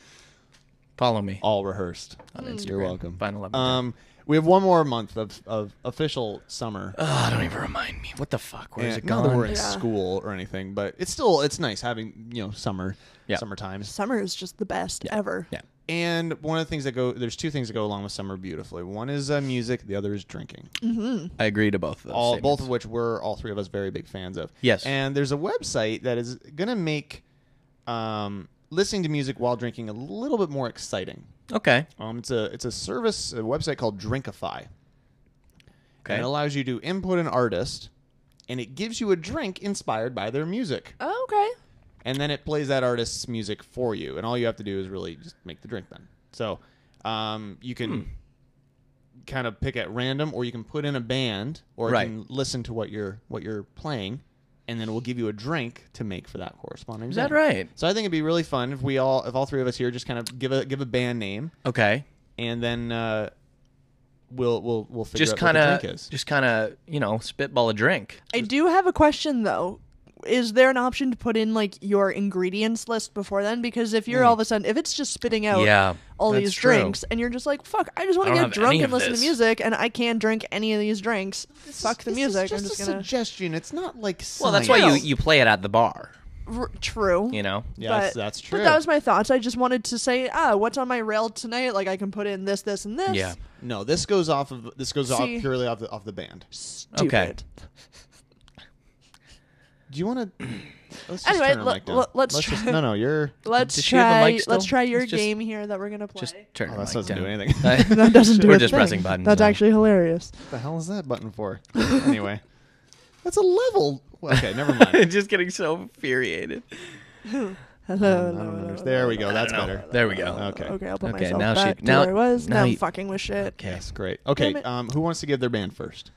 Speaker 2: Follow me
Speaker 4: All rehearsed.
Speaker 2: on
Speaker 3: Mm.
Speaker 2: Instagram.
Speaker 4: You're welcome.
Speaker 2: Vinyl loving daddy.
Speaker 4: Um, we have one more month of, of official summer.
Speaker 2: Oh, don't even remind me. What the fuck? Where's
Speaker 4: And
Speaker 2: it
Speaker 4: not
Speaker 2: gone?
Speaker 4: that we're in
Speaker 3: Yeah.
Speaker 4: school or anything, but it's still it's nice having you know summer
Speaker 2: Yeah.
Speaker 4: summertime.
Speaker 3: Summer is just the best ever.
Speaker 2: Yeah.
Speaker 4: And one of the things that go there's two things that go along with summer beautifully. One is uh, music, the other is drinking.
Speaker 3: Mhm.
Speaker 2: I agree to both of those.
Speaker 4: All both
Speaker 2: statements.
Speaker 4: of which we're all three of us very big fans of.
Speaker 2: Yes.
Speaker 4: And there's a website that is going to make um, listening to music while drinking a little bit more exciting.
Speaker 2: Okay.
Speaker 4: Um, it's a it's a service a website called Drinkify.
Speaker 2: Okay.
Speaker 4: And it allows you to input an artist, and it gives you a drink inspired by their music,
Speaker 3: Oh, okay.
Speaker 4: and then it plays that artist's music for you, and all you have to do is really just make the drink. Then, so um, you
Speaker 2: Hmm.
Speaker 4: can kind of pick at random, or you can put in a band, or
Speaker 2: Right.
Speaker 4: you can listen to what you're what you're playing, and then it will give you a drink to make for that corresponding.
Speaker 2: Is that
Speaker 4: drink.
Speaker 2: right?
Speaker 4: So I think it'd be really fun if we all, if all three of us here, just kind of give a give a band name,
Speaker 2: Okay.
Speaker 4: and then uh, we'll we'll we'll figure
Speaker 2: Just
Speaker 4: out what
Speaker 2: kind
Speaker 4: the drink
Speaker 2: of,
Speaker 4: is.
Speaker 2: just kind of, you know, spitball a drink.
Speaker 3: I do have a question though. Is there an option to put in like your ingredients list before then? Because if you're all of a sudden, if it's just spitting out
Speaker 2: Hmm. Yeah,
Speaker 3: all
Speaker 2: that's
Speaker 3: these
Speaker 2: true.
Speaker 3: drinks, and you're just like, "Fuck, I just want
Speaker 2: I
Speaker 3: to
Speaker 2: don't
Speaker 3: get
Speaker 2: have
Speaker 3: drunk
Speaker 2: any
Speaker 3: and
Speaker 2: of
Speaker 3: listen
Speaker 2: this.
Speaker 3: to music, and I can't drink any of these drinks. Fuck the
Speaker 4: this
Speaker 3: music."
Speaker 4: Is just
Speaker 3: I'm just
Speaker 4: a
Speaker 3: gonna.
Speaker 4: suggestion. It's not like science.
Speaker 2: Well, that's why you, you play it at the bar,
Speaker 3: R- true.
Speaker 2: you know?
Speaker 4: Yes,
Speaker 3: but,
Speaker 4: that's
Speaker 3: But
Speaker 4: true.
Speaker 3: that was my thoughts. I just wanted to say, ah, what's on my rail tonight? Like I can put in this, this, and this.
Speaker 2: Yeah.
Speaker 4: no, this goes off of this goes off
Speaker 3: See.
Speaker 4: purely off the, off the band.
Speaker 3: Stupid.
Speaker 2: Okay.
Speaker 4: Do you want to?
Speaker 3: Anyway, le- le- let's
Speaker 4: just,
Speaker 3: try-
Speaker 4: no, no, you're.
Speaker 3: Let's
Speaker 2: Does she have a
Speaker 3: try.
Speaker 2: mic still?
Speaker 3: Let's try your
Speaker 2: Let's just-
Speaker 3: game here that we're gonna play.
Speaker 2: Just turn
Speaker 4: Oh,
Speaker 2: your
Speaker 4: that
Speaker 2: mic
Speaker 4: doesn't do
Speaker 2: down.
Speaker 4: anything.
Speaker 3: that doesn't do
Speaker 2: We're
Speaker 3: a
Speaker 2: just
Speaker 3: thing.
Speaker 2: pressing buttons.
Speaker 3: That's
Speaker 2: on-
Speaker 4: um,
Speaker 3: actually hilarious.
Speaker 4: What the hell is that button for? anyway, that's a level. Well, okay, never mind.
Speaker 2: just getting so infuriated.
Speaker 3: Hello,
Speaker 4: I
Speaker 3: hello,
Speaker 4: don't
Speaker 3: hello.
Speaker 4: understand. There we go. That's better.
Speaker 2: There we go.
Speaker 4: Okay.
Speaker 3: Okay, I'll put
Speaker 2: Okay,
Speaker 3: myself
Speaker 2: now she-
Speaker 3: back to
Speaker 2: now-
Speaker 3: where I was. Now,
Speaker 2: now
Speaker 3: I'm
Speaker 2: you-
Speaker 3: fucking with shit.
Speaker 2: Okay.
Speaker 4: That's great. Okay,
Speaker 3: Damn it.
Speaker 4: um, who wants to give their band first?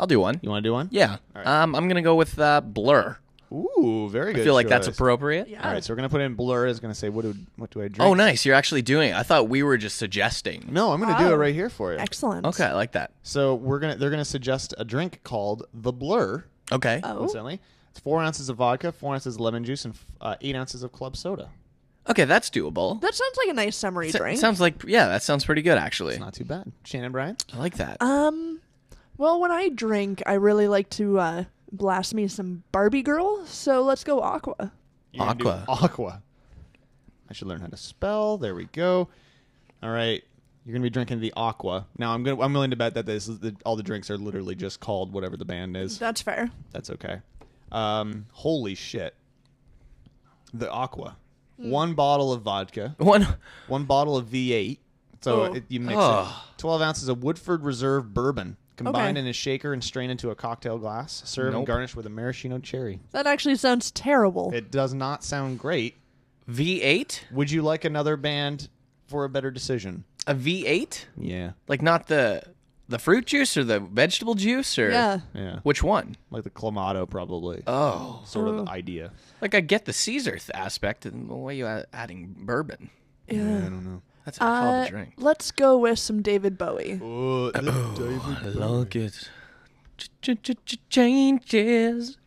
Speaker 2: I'll do one.
Speaker 4: You want to do one?
Speaker 2: Yeah. Um, I'm going to go with uh, Blur.
Speaker 4: Ooh, very
Speaker 2: I
Speaker 4: good.
Speaker 2: feel like that's
Speaker 4: choice.
Speaker 2: appropriate.
Speaker 3: Yeah.
Speaker 4: All right, so we're gonna put in blur. Is gonna say what do what do I drink?
Speaker 2: Oh, nice. You're actually doing it. I thought we were just suggesting.
Speaker 4: No, I'm gonna do it
Speaker 3: Wow.
Speaker 4: right here for you.
Speaker 3: Excellent.
Speaker 2: Okay, I like that.
Speaker 4: So we're gonna they're gonna suggest a drink called the blur.
Speaker 2: Okay.
Speaker 3: Oh,
Speaker 4: Incidentally, it's four ounces of vodka, four ounces of lemon juice, and uh, eight ounces of club soda.
Speaker 2: Okay, that's doable.
Speaker 3: that sounds like a nice summary
Speaker 2: So-
Speaker 3: drink.
Speaker 2: Sounds like yeah, that sounds pretty good actually.
Speaker 4: It's not too bad. Shannon Bryan.
Speaker 2: I like that.
Speaker 3: um, well, when I drink, I really like to uh, blast me some Barbie girl. So let's go Aqua.
Speaker 4: You're gonna do
Speaker 2: Aqua.
Speaker 4: Aqua. I should learn how to spell. There we go. All right. You're gonna be drinking the aqua. Now I'm gonna I'm willing to bet that this is the, all the drinks are literally just called whatever the band is.
Speaker 3: That's fair.
Speaker 4: That's okay. Um, holy shit. The aqua. One bottle of vodka.
Speaker 2: One
Speaker 4: One bottle of V8. So
Speaker 3: Oh.
Speaker 4: it, you mix
Speaker 2: Ugh.
Speaker 4: it. 12 ounces of Woodford Reserve bourbon combined
Speaker 3: Okay.
Speaker 4: in a shaker and strained into a cocktail glass. Serve and
Speaker 2: Nope. Oh.
Speaker 4: garnish with a maraschino cherry.
Speaker 3: That actually sounds terrible.
Speaker 4: It does not sound great.
Speaker 2: V8,
Speaker 4: Would you like another band for a better decision?
Speaker 2: a V8,
Speaker 4: Yeah.
Speaker 2: like not the the fruit juice or the vegetable juice or
Speaker 3: yeah.
Speaker 4: Yeah.
Speaker 2: which one?
Speaker 4: Like the Clamato, probably.
Speaker 2: Oh,
Speaker 4: sort of idea.
Speaker 2: like I get the Caesar th- aspect, and why are you a- adding bourbon?
Speaker 4: I don't know.
Speaker 2: That's a hell of
Speaker 3: Uh,
Speaker 2: a drink.
Speaker 3: let's go with some David Bowie.
Speaker 4: Oh,
Speaker 2: I like it. Changes.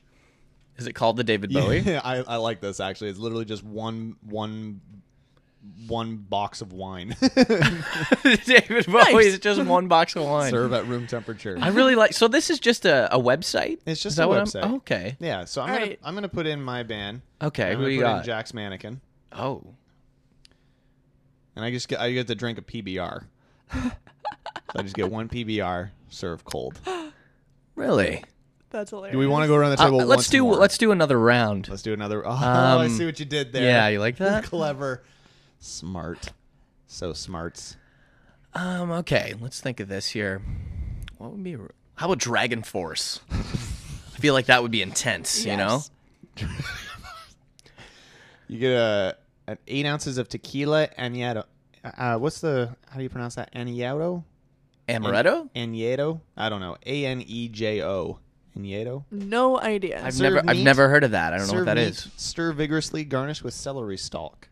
Speaker 2: Is it called the David Bowie?
Speaker 4: Yeah, I, I like this actually. It's literally just one one one box of wine.
Speaker 2: David Bowie is just one box of wine.
Speaker 4: Serve at room temperature.
Speaker 2: I really like. So this is just a, a website.
Speaker 4: It's just
Speaker 2: Is that
Speaker 4: a
Speaker 2: what I'm-
Speaker 4: website.
Speaker 2: oh, okay.
Speaker 4: yeah, so I'm
Speaker 3: All
Speaker 4: gonna
Speaker 3: right.
Speaker 4: I'm gonna put in my band.
Speaker 2: Okay.
Speaker 4: I'm
Speaker 2: Who
Speaker 4: gonna
Speaker 2: you
Speaker 4: put in
Speaker 2: got?
Speaker 4: Jack's mannequin.
Speaker 2: oh,
Speaker 4: And I just get I get to drink a PBR. so I just get one PBR, serve cold.
Speaker 2: really?
Speaker 3: That's hilarious.
Speaker 4: Do we want to go around the table?
Speaker 2: Uh,
Speaker 4: once
Speaker 2: let's do.
Speaker 4: more?
Speaker 2: Let's do another round.
Speaker 4: let's do another. Oh, I
Speaker 2: Um,
Speaker 4: see what you did there.
Speaker 2: yeah, you like that?
Speaker 4: Clever, smart, so smarts.
Speaker 2: Um. Okay. Let's think of this here. What would be? a- How about Dragon Force? I feel like that would be intense. You know.
Speaker 3: Yes.
Speaker 4: You get a an eight ounces of tequila añejo. Uh, what's the how do you pronounce that? Añejo.
Speaker 2: Amaretto.
Speaker 4: Añejo. I don't know. A N E J O. Añejo.
Speaker 3: No idea.
Speaker 2: I've
Speaker 4: Serve
Speaker 2: never. I've
Speaker 4: meat.
Speaker 2: never heard of that. I don't know
Speaker 4: Serve
Speaker 2: what that
Speaker 4: meat,
Speaker 2: is.
Speaker 4: Stir vigorously, garnish with celery stalk.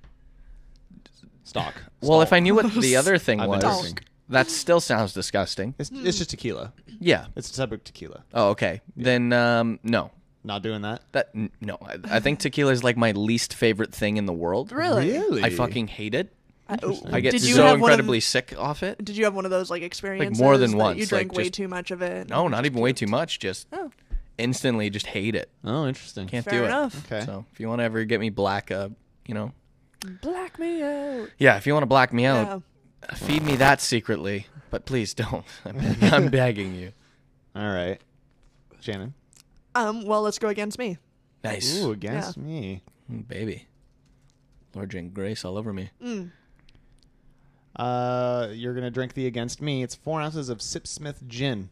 Speaker 4: Stalk.
Speaker 2: Well, if I
Speaker 4: Stalk.
Speaker 2: knew what the other thing
Speaker 4: I've been
Speaker 2: was,
Speaker 4: drinking.
Speaker 2: that still sounds disgusting.
Speaker 4: it's, it's just tequila.
Speaker 2: Yeah.
Speaker 4: It's a type of tequila.
Speaker 2: Oh, okay. Then, um, no.
Speaker 4: Not doing that.
Speaker 2: That n- no. I, I think tequila is like my least favorite thing in the world.
Speaker 3: really?
Speaker 2: I fucking hate it.
Speaker 3: I,
Speaker 2: I get
Speaker 3: did you
Speaker 2: so
Speaker 3: have one of-
Speaker 2: incredibly sick off it.
Speaker 3: Did you have one of those like experiences?
Speaker 2: more than
Speaker 3: that You
Speaker 2: once, like,
Speaker 3: drank way
Speaker 2: just-
Speaker 3: too much of it.
Speaker 2: No, not even way too much. Just
Speaker 3: Oh.
Speaker 2: instantly, just hate it.
Speaker 4: Oh, interesting.
Speaker 2: Can't
Speaker 3: Fair
Speaker 2: do
Speaker 3: enough.
Speaker 4: Okay.
Speaker 2: it. So if you want to ever get me black, uh, you know,
Speaker 3: Black me out.
Speaker 2: Yeah, if you want to black me out, feed me that secretly, but please don't. I'm, beg- I'm begging you.
Speaker 4: All right. Shannon.
Speaker 3: Um, well, let's go against me.
Speaker 2: Nice.
Speaker 4: Ooh, against me.
Speaker 2: Mm, Baby. Lord Jane Grace all over me.
Speaker 3: Mm.
Speaker 4: Uh, you're gonna drink the against me. It's four ounces of Sipsmith gin.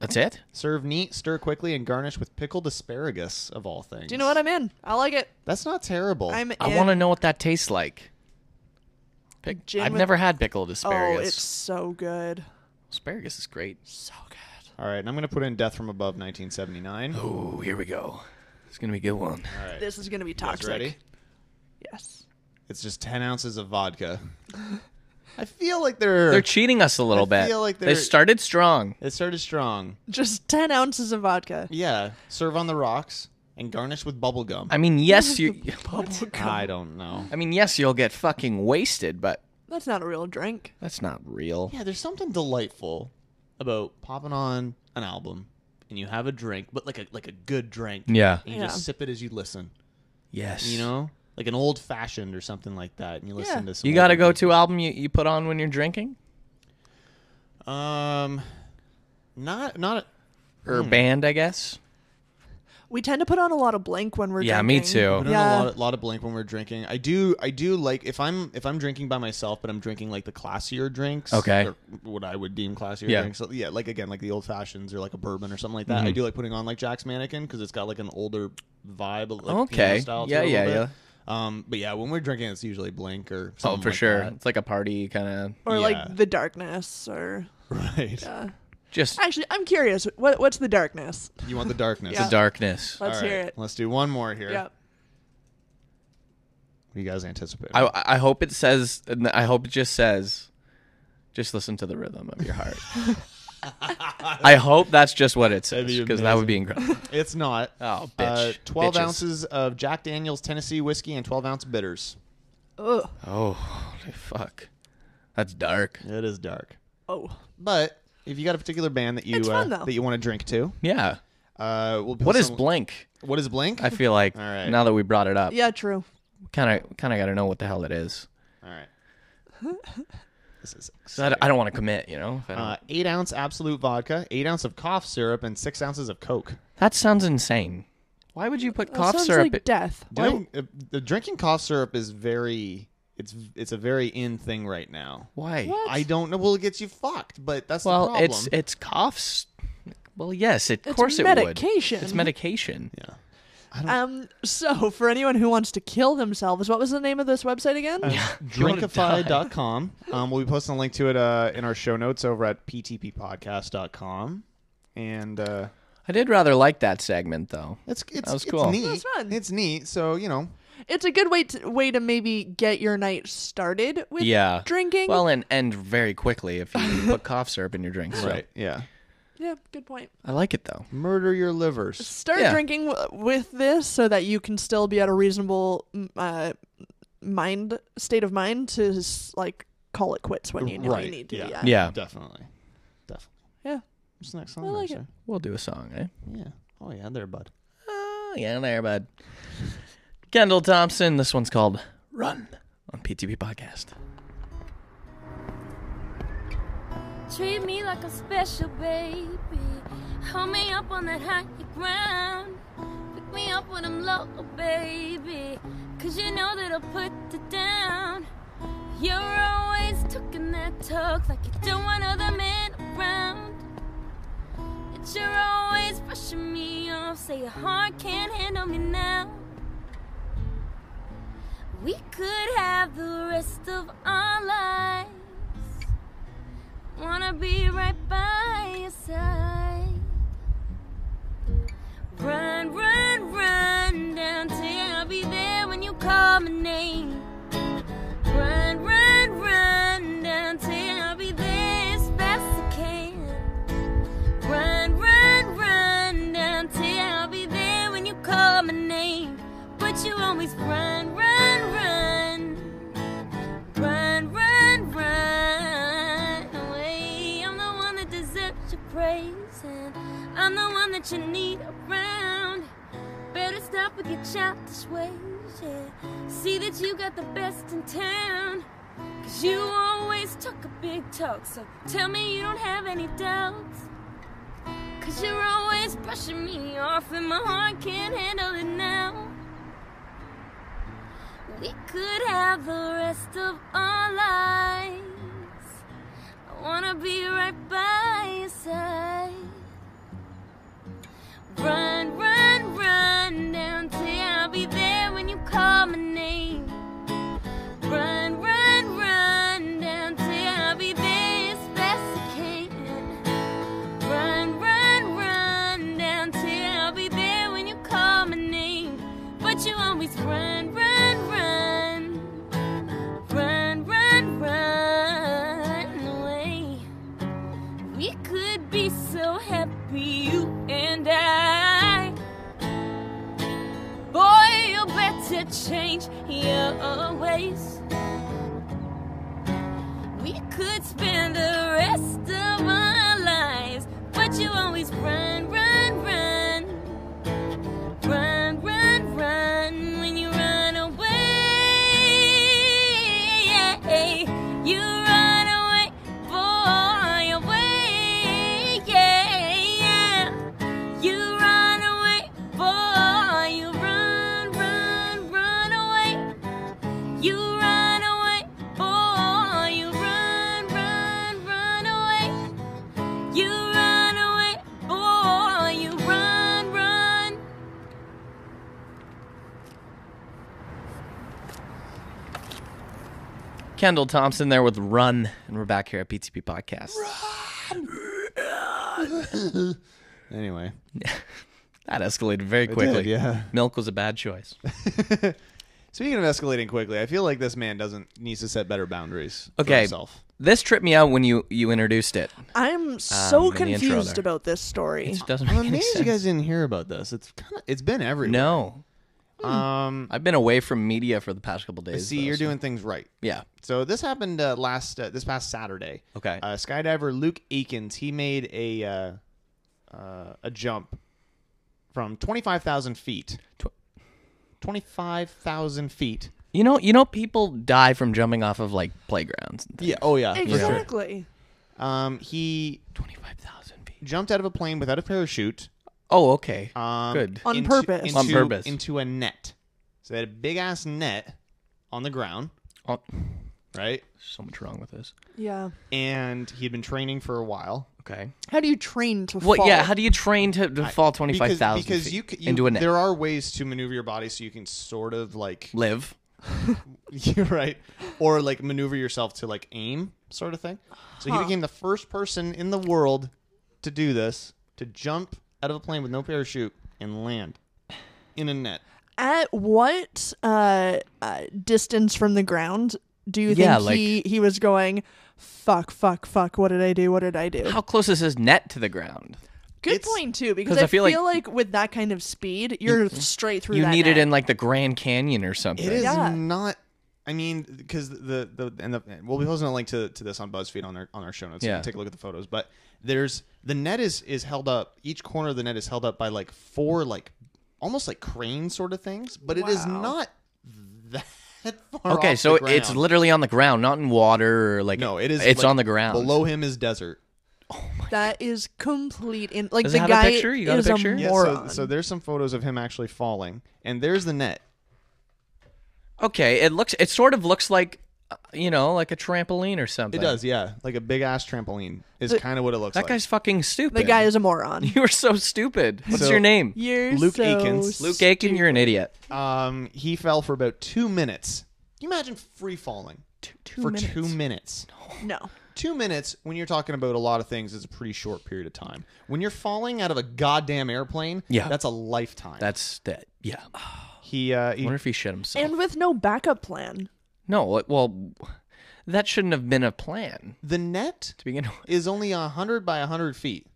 Speaker 2: That's it?
Speaker 4: Serve neat, stir quickly, and garnish with pickled asparagus of all things.
Speaker 3: Do you know what I'm in? I like it.
Speaker 4: That's not terrible.
Speaker 3: I'm
Speaker 2: I
Speaker 3: in.
Speaker 2: want to know what that tastes like. Pick-
Speaker 3: Gin
Speaker 2: I've
Speaker 3: with-
Speaker 2: never had pickled asparagus.
Speaker 3: Oh, it's so good.
Speaker 2: Asparagus is great.
Speaker 3: So good.
Speaker 4: All right, and I'm gonna put in Death from Above 1979.
Speaker 2: Oh, here we go. It's gonna be a good one.
Speaker 4: All right.
Speaker 3: This is gonna be
Speaker 4: You guys
Speaker 3: toxic.
Speaker 4: ready?
Speaker 3: Yes.
Speaker 4: It's just 10 ounces of vodka. I feel like they're
Speaker 2: They're cheating us a little
Speaker 4: I
Speaker 2: bit.
Speaker 4: feel like
Speaker 2: they
Speaker 4: they're-
Speaker 2: started strong.
Speaker 4: It started strong.
Speaker 3: Just ten ounces of vodka.
Speaker 4: Yeah. Serve on the rocks and garnish with bubble gum.
Speaker 2: I mean, yes, you.
Speaker 3: Bubble gum.
Speaker 4: I don't know.
Speaker 2: I mean, yes, you'll get fucking wasted, but
Speaker 3: That's not a real drink.
Speaker 2: that's not real.
Speaker 4: Yeah, there's something delightful about popping on an album and you have a drink, but like a like a good drink.
Speaker 2: Yeah.
Speaker 4: And you
Speaker 3: Yeah.
Speaker 4: just sip it as you listen.
Speaker 2: Yes.
Speaker 4: You know? Like an old fashioned or something like that. And you listen
Speaker 3: Yeah.
Speaker 4: to some
Speaker 2: You got a
Speaker 4: older
Speaker 2: go to album you, you put on when you're drinking?
Speaker 4: music. Um hmm. not not
Speaker 2: Or band, I guess?
Speaker 3: We tend to put on a lot of blank when we're
Speaker 2: Yeah, me
Speaker 3: drinking.
Speaker 2: too.
Speaker 4: I
Speaker 2: Put
Speaker 4: don't
Speaker 3: Yeah.
Speaker 4: know a lot, lot of blank when we're drinking. I do I do like if I'm if I'm drinking by myself, but I'm drinking like the classier drinks.
Speaker 2: Okay.
Speaker 4: Or what I would deem classier
Speaker 2: Yeah. Mm-hmm.
Speaker 4: drinks. So, yeah, like again, like the old fashions or like a bourbon or something like that. I do like putting on like Jack's Mannequin because it's got like an older vibe. Like, piano
Speaker 2: Okay.
Speaker 4: Style to it
Speaker 2: Yeah,
Speaker 4: a little
Speaker 2: yeah,
Speaker 4: bit.
Speaker 2: yeah.
Speaker 4: Um, but yeah, when we're drinking, it's usually blank or
Speaker 2: Oh,
Speaker 4: something
Speaker 2: for
Speaker 4: like
Speaker 2: sure.
Speaker 4: that.
Speaker 2: It's like a party kind of.
Speaker 3: Or
Speaker 4: Yeah.
Speaker 3: like the darkness or
Speaker 4: Right.
Speaker 2: Just
Speaker 3: actually I'm curious. What what's the darkness?
Speaker 4: You want the darkness.
Speaker 3: Yeah.
Speaker 2: darkness.
Speaker 3: Let's
Speaker 4: All right,
Speaker 3: hear it.
Speaker 4: Let's do one more here.
Speaker 3: Yeah.
Speaker 4: What do you guys anticipate?
Speaker 2: I, I hope it says, I hope it just says, just listen to the rhythm of your heart. I hope that's just what it says
Speaker 4: That'd be
Speaker 2: because that would be incredible.
Speaker 4: it's not.
Speaker 2: Oh,
Speaker 4: Uh,
Speaker 2: bitch.
Speaker 4: 12
Speaker 2: Bitches.
Speaker 4: ounces of Jack Daniels Tennessee whiskey and 12 ounce bitters.
Speaker 3: Ugh.
Speaker 2: Oh, holy fuck. That's dark.
Speaker 4: It is dark.
Speaker 3: Oh.
Speaker 4: But if you got a particular band that you
Speaker 3: It's fun,
Speaker 4: uh,
Speaker 3: though.
Speaker 4: that you want to drink to,
Speaker 2: Yeah.
Speaker 4: uh, we'll
Speaker 2: What is
Speaker 4: some-
Speaker 2: Blink?
Speaker 4: What is Blink?
Speaker 2: I feel like
Speaker 4: All right.
Speaker 2: now that we brought it up,
Speaker 3: Yeah, true.
Speaker 2: kind of kind of got to know what the hell it is.
Speaker 4: All right. This is
Speaker 2: 'Cause I, d- I don't want to commit, you know. if I don't-
Speaker 4: uh, eight ounce absolute vodka, eight ounce of cough syrup, and six ounces of Coke.
Speaker 2: that sounds insane. Why would you put
Speaker 3: That
Speaker 2: cough
Speaker 3: sounds
Speaker 2: syrup?
Speaker 3: like
Speaker 2: at-
Speaker 3: death.
Speaker 4: Doing, uh, the drinking cough syrup is very it's it's a very in thing right now.
Speaker 2: Why?
Speaker 4: I don't know. Well, it gets you fucked, but that's the
Speaker 2: Well,
Speaker 4: problem.
Speaker 2: it's it's coughs. Well, yes, it, of
Speaker 3: It's
Speaker 2: course it
Speaker 3: medication.
Speaker 2: would. It's medication.
Speaker 4: yeah.
Speaker 3: Um so for anyone who wants to kill themselves, what was the name of this website again?
Speaker 2: Uh,
Speaker 4: Drinkify.com. Um, we'll be posting a link to it uh, in our show notes over at ptppodcast.com. And uh,
Speaker 2: I did rather like that segment though.
Speaker 4: it's it's,
Speaker 2: was
Speaker 4: it's
Speaker 2: cool.
Speaker 4: neat.
Speaker 3: That's fun.
Speaker 4: It's neat. So, you know,
Speaker 3: It's a good way to way to maybe get your night started with
Speaker 2: yeah.
Speaker 3: drinking.
Speaker 2: Well, and end very quickly if you put cough syrup in your drink. So.
Speaker 4: right. Yeah.
Speaker 3: yeah, good point.
Speaker 2: I like it though.
Speaker 4: Murder your livers.
Speaker 3: start
Speaker 2: Yeah.
Speaker 3: drinking w- with this so that you can still be at a reasonable m- uh, mind state of mind to s- like call it quits when you know you need to
Speaker 4: yeah.
Speaker 3: be at.
Speaker 2: Yeah.
Speaker 4: Definitely. Definitely.
Speaker 3: Yeah.
Speaker 4: What's the next song?
Speaker 3: I like
Speaker 4: there,
Speaker 3: it.
Speaker 2: We'll do a song, eh?
Speaker 4: sir? Yeah. Oh, yeah, there, bud.
Speaker 2: Oh, yeah, there, bud. Kendall Thompson. This one's called Run on PTP Podcast.
Speaker 12: Treat me like a special baby. Hold me up on that high ground. Pick me up when I'm low, baby. Cause you know that I'll put it down. You're always talking that talk like you don't want other men around. Yet you're always brushing me off. Say your heart can't handle me now. We could have the rest of our lives. Wanna be right by your side. Run, run, run down till I'll be there when you call my name. Run, run, run down till I'll be there as fast as I can. Run, run, run down till I'll be there when you call my name. But you always run, run, run. Run, run, run away. I'm the one that deserves your praise, and I'm the one that you need around. Better stop with your childish ways. yeah. See that you got the best in town. Cause you always took a big talk, so tell me you don't have any doubts. Cause you're always brushing me off, and my heart can't handle it now. We could have the rest of our lives. I wanna be right by your side. Run, run, run down till I'll be there when you call my name. Run, run, run down till I'll be there as fast as I can. Run, run, run down till I'll be there when you call my name. But you always run, run, run, run, run, run away. We could be so happy, you and I. Boy, you better change your ways. We could spend the rest of our lives, but you always run, run, run. Run, run, run when you run away. You run away for your way. You run away for you run, run, run away. You run away for you run, run, run away. You run away for you run, run.
Speaker 2: Kendall Thompson there with Run, and we're back here at PTP Podcast.
Speaker 4: Anyway,
Speaker 2: that escalated very
Speaker 4: It did,
Speaker 2: quickly.
Speaker 4: yeah.
Speaker 2: Milk was a bad choice.
Speaker 4: Speaking of escalating quickly, I feel like this man doesn't needs to set better boundaries. for
Speaker 2: Okay.
Speaker 4: himself.
Speaker 2: This tripped me out when you you introduced it.
Speaker 3: I'm
Speaker 2: Um,
Speaker 3: so
Speaker 2: in the intro
Speaker 3: confused
Speaker 2: there.
Speaker 3: about this story.
Speaker 2: It doesn't
Speaker 4: I'm
Speaker 2: make any
Speaker 4: amazed
Speaker 2: sense.
Speaker 4: you guys didn't hear about this. It's kind of it's been everywhere.
Speaker 2: No.
Speaker 4: Um,
Speaker 2: I've been away from media for the past couple
Speaker 4: But
Speaker 2: days.
Speaker 4: see,
Speaker 2: though,
Speaker 4: you're
Speaker 2: so-
Speaker 4: doing things right.
Speaker 2: Yeah.
Speaker 4: So this happened uh, last uh, this past Saturday.
Speaker 2: Okay.
Speaker 4: Uh, skydiver Luke Eakins he made a uh, uh, a jump from twenty five thousand feet. Twenty five thousand feet.
Speaker 2: You know, you know, people die from jumping off of like playgrounds. and things.
Speaker 4: Yeah. Oh yeah. for sure.
Speaker 3: Exactly.
Speaker 4: Um, he twenty five thousand feet jumped out of a plane without a parachute.
Speaker 2: Oh, okay.
Speaker 4: Um,
Speaker 2: Good.
Speaker 3: On
Speaker 4: into-
Speaker 3: purpose.
Speaker 4: Into,
Speaker 2: On purpose.
Speaker 4: Into a net. So they had a big ass net on the ground. Right.
Speaker 2: Oh. So much wrong with this.
Speaker 3: Yeah.
Speaker 4: And he had been training for a while.
Speaker 2: Okay.
Speaker 3: How do you train to
Speaker 2: What?
Speaker 3: fall?
Speaker 2: Yeah. How do you train to, to fall twenty five thousand
Speaker 4: Because,
Speaker 2: feet
Speaker 4: you, c- you
Speaker 2: into a net?
Speaker 4: There are ways to maneuver your body so you can sort of like
Speaker 2: Live.
Speaker 4: You're right. Or like maneuver yourself to like aim sort of thing. So
Speaker 3: Huh.
Speaker 4: he became the first person in the world to do this, to jump out of a plane with no parachute and land in a net.
Speaker 3: At what uh, uh, distance from the ground do you think
Speaker 2: Yeah, like-
Speaker 3: he he was going? Fuck! Fuck! Fuck! What did I do? What did I do?
Speaker 2: How close is his net to the ground?
Speaker 3: Good point too, because
Speaker 2: 'cause
Speaker 3: I,
Speaker 2: I feel
Speaker 3: feel,
Speaker 2: like-
Speaker 3: like, with that kind of speed, you're straight through.
Speaker 2: You
Speaker 3: that
Speaker 2: need it
Speaker 3: net.
Speaker 2: in like the Grand Canyon or something.
Speaker 4: It is
Speaker 3: Yeah.
Speaker 4: not. I mean, because the the and the we'll be posting a link to, to this on BuzzFeed on our on our show notes. You
Speaker 2: Yeah.
Speaker 4: can take a look at the photos. But there's the net is is held up. Each corner of the net is held up by like four like almost like crane sort of things. But it is
Speaker 3: Wow.
Speaker 4: not that far.
Speaker 2: Okay,
Speaker 4: off
Speaker 2: so
Speaker 4: the
Speaker 2: it's
Speaker 4: ground.
Speaker 2: literally on the ground, not in water or like.
Speaker 4: no, it is.
Speaker 2: It's
Speaker 4: like,
Speaker 2: on the ground.
Speaker 4: Below him is desert.
Speaker 3: That is complete. In like
Speaker 2: Does
Speaker 3: the
Speaker 2: it have a
Speaker 3: guy
Speaker 2: picture? You got a
Speaker 3: is
Speaker 2: picture?
Speaker 4: Yeah, so,
Speaker 3: moron.
Speaker 4: so there's some photos of him actually falling, and there's the net.
Speaker 2: Okay, it looks. It sort of looks like, uh, you know, like a trampoline or
Speaker 4: It
Speaker 2: something.
Speaker 4: does, yeah, like a big ass trampoline is
Speaker 3: The-
Speaker 4: kind of what it looks
Speaker 2: That
Speaker 4: like.
Speaker 2: guy's fucking stupid.
Speaker 3: the guy is a moron.
Speaker 2: You are so stupid. What's
Speaker 4: So-
Speaker 2: your name?
Speaker 3: You're
Speaker 4: Luke
Speaker 3: so
Speaker 4: Akins.
Speaker 2: Luke Aiken. You're an idiot.
Speaker 4: Um, he fell for about two minutes. Can you imagine free falling for two minutes?
Speaker 3: No.
Speaker 4: Two minutes when you're talking about a lot of things is a pretty short period of time. When you're falling out of a goddamn airplane,
Speaker 2: Yeah.
Speaker 4: that's a lifetime.
Speaker 2: That's that. Yeah. I
Speaker 4: he, uh, he
Speaker 2: wonder if he shit himself.
Speaker 3: And with no backup plan.
Speaker 2: no. what- Well, that shouldn't have been a plan
Speaker 4: the net
Speaker 2: to begin with.
Speaker 4: is only hundred by hundred feet.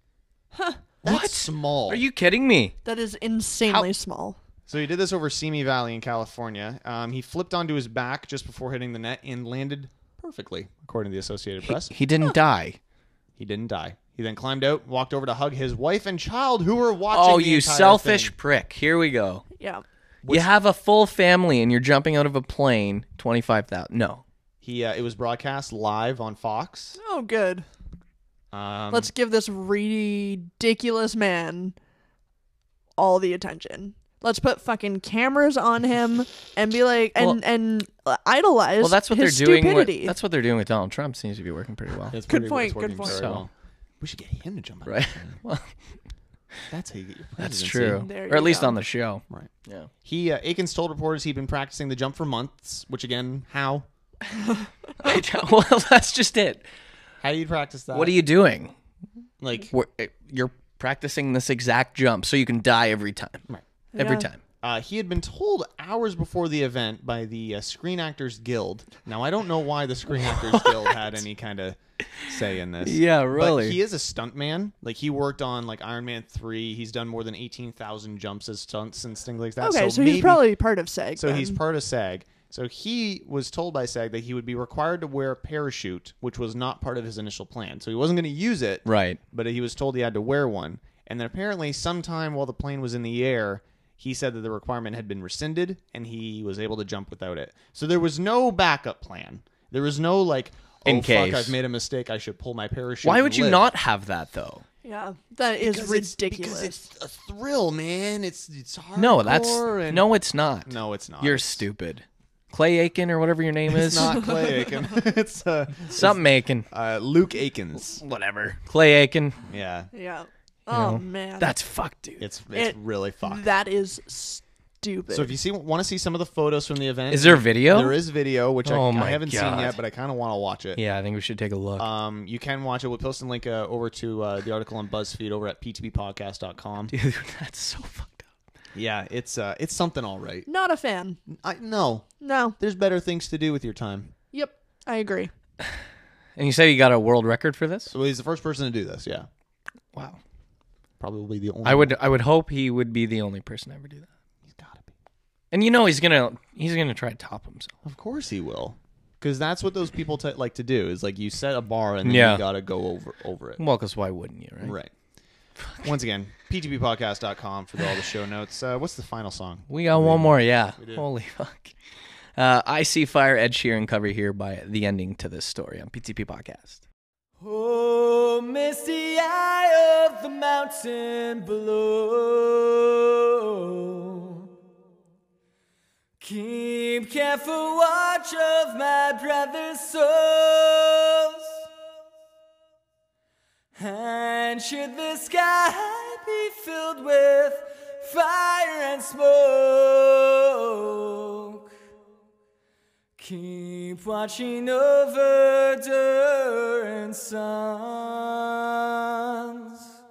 Speaker 4: That's
Speaker 2: What?
Speaker 4: small?
Speaker 2: Are you kidding me?
Speaker 3: That is insanely small.
Speaker 4: So he did this over Simi Valley in California. Um, he flipped onto his back just before hitting the net and landed perfectly, according to the Associated
Speaker 2: He,
Speaker 4: Press.
Speaker 2: he didn't die.
Speaker 4: He didn't die. He then climbed out, walked over to hug his wife and child who were watching.
Speaker 2: Oh,
Speaker 4: the
Speaker 2: you
Speaker 4: entire
Speaker 2: selfish
Speaker 4: thing.
Speaker 2: prick! Here we go.
Speaker 3: Yeah.
Speaker 2: you have a full family and you're jumping out of a plane. Twenty five thousand. No.
Speaker 4: He uh, it was broadcast live on Fox.
Speaker 3: Oh, good.
Speaker 4: Um,
Speaker 3: Let's give this ridiculous man all the attention. Let's put fucking cameras on him and be like and
Speaker 2: Well-
Speaker 3: and uh, idolize.
Speaker 2: Well, that's what
Speaker 3: his
Speaker 2: they're doing. With,
Speaker 3: Stupidity.
Speaker 2: that's what they're doing with Donald Trump. Seems to be working pretty well.
Speaker 4: That's
Speaker 3: Good
Speaker 4: pretty-
Speaker 3: point,
Speaker 4: it's working
Speaker 3: good point.
Speaker 4: very
Speaker 2: So-
Speaker 4: well. We should get him to jump out.
Speaker 2: Right. well,
Speaker 4: That's how you get your presidency.
Speaker 2: that's true.
Speaker 3: There
Speaker 2: Or
Speaker 3: you
Speaker 2: at least
Speaker 3: go.
Speaker 2: on the show.
Speaker 4: Right.
Speaker 2: Yeah.
Speaker 4: He uh, Aikens told reporters he'd been practicing the jump for months, which again, how?
Speaker 2: I don't- well, that's just it.
Speaker 4: How do you practice that?
Speaker 2: What are you doing?
Speaker 4: like?
Speaker 2: Wh- You're practicing this exact jump so you can die every time.
Speaker 4: Right.
Speaker 2: Every
Speaker 3: Yeah.
Speaker 2: time.
Speaker 4: Uh, he had been told hours before the event by the uh, Screen Actors Guild. Now I don't know why the Screen Actors Guild had any kind of say in this.
Speaker 2: Yeah,
Speaker 4: But
Speaker 2: really.
Speaker 4: he is a stuntman. Like he worked on like Iron Man three. He's done more than eighteen thousand jumps as stunts and things like that.
Speaker 3: okay, so,
Speaker 4: maybe,
Speaker 3: he's probably part of SAG.
Speaker 4: so he's
Speaker 3: then.
Speaker 4: part of SAG. So he was told by SAG that he would be required to wear a parachute, which was not part of his initial plan. So he wasn't going to use it.
Speaker 2: Right.
Speaker 4: But he was told he had to wear one. And then apparently, sometime while the plane was in the air, he said that the requirement had been rescinded and he was able to jump without it. So there was no backup plan. There was no like, oh
Speaker 2: In
Speaker 4: fuck,
Speaker 2: case.
Speaker 4: I've made a mistake. I should pull my parachute.
Speaker 2: Why
Speaker 4: and
Speaker 2: would you
Speaker 4: live.
Speaker 2: not have that though?
Speaker 3: yeah, that is ridiculous.
Speaker 4: It's, because it's a thrill, man. It's it's hard.
Speaker 2: No, that's no, it's not.
Speaker 4: No, it's not.
Speaker 2: You're stupid. Clay Aiken or whatever your name
Speaker 4: It's
Speaker 2: is.
Speaker 4: not Clay Aiken. it's uh,
Speaker 2: Something Aiken.
Speaker 4: uh, Luke Aikens.
Speaker 2: Whatever. Clay Aiken.
Speaker 4: Yeah,
Speaker 3: yeah. Oh
Speaker 2: know,
Speaker 3: man,
Speaker 2: That's fucked, dude.
Speaker 4: it's it's
Speaker 3: It-
Speaker 4: really fucked.
Speaker 3: that is stupid.
Speaker 4: so if you see want to see some of the photos from the event,
Speaker 2: Is there video?
Speaker 4: There is video, which
Speaker 2: Oh
Speaker 4: I, I
Speaker 2: my
Speaker 4: haven't seen
Speaker 2: God.
Speaker 4: yet, but I kind of want to watch it.
Speaker 2: yeah, I think we should take a look.
Speaker 4: Um, you can watch it. We'll post a link uh, over to uh, the article on BuzzFeed over at ptbpodcast.com.
Speaker 2: Dude, that's so fucked up.
Speaker 4: Yeah, it's uh, it's something all right.
Speaker 3: Not a fan.
Speaker 4: I no,
Speaker 3: No.
Speaker 4: there's better things to do with your time.
Speaker 3: Yep. I agree.
Speaker 2: And you say you got a world record for this?
Speaker 4: So he's the first person to do this. Yeah,
Speaker 2: Wow.
Speaker 4: probably the only.
Speaker 2: I would I would hope he would be the only person to ever do that.
Speaker 4: He's gotta be.
Speaker 2: And you know he's gonna he's gonna try to top himself.
Speaker 4: Of course he will. Because that's what those people t- like to do. Is like you set a bar and then
Speaker 2: Yeah.
Speaker 4: you gotta go over over it.
Speaker 2: Well, because why wouldn't you, right?
Speaker 4: Right. Once again, ptbpodcast.com for all the show notes. Uh, what's the final song?
Speaker 2: We got one more, yeah. Holy fuck. Uh, I see fire Ed Sheeran cover here by the ending to this story on PTP podcast.
Speaker 6: Oh, misty eye of the mountain below. Keep careful watch of my brother's souls. And should the sky be filled with fire and smoke, Keep watching over Durand Sons.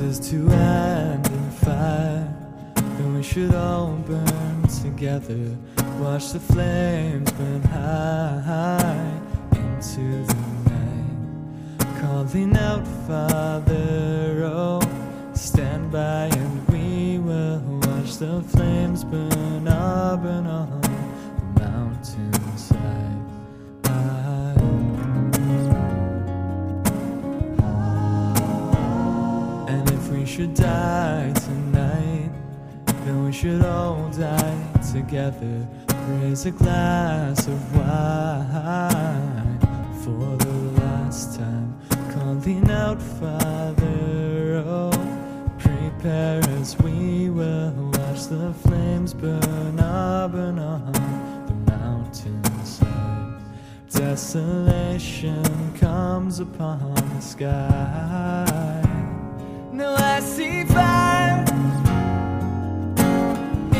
Speaker 14: is to end in fire, and we should all burn together. Watch the flames burn high into the night, calling out, Father, oh, stand by, and we will watch the flames burn up and on the mountainside. And if we should die tonight, then we should all die together. Raise a glass of wine for the last time. Calling out, Father, oh, prepare as we will watch the flames burn up and on the mountainside. Desolation comes upon the sky.
Speaker 6: Now I see fire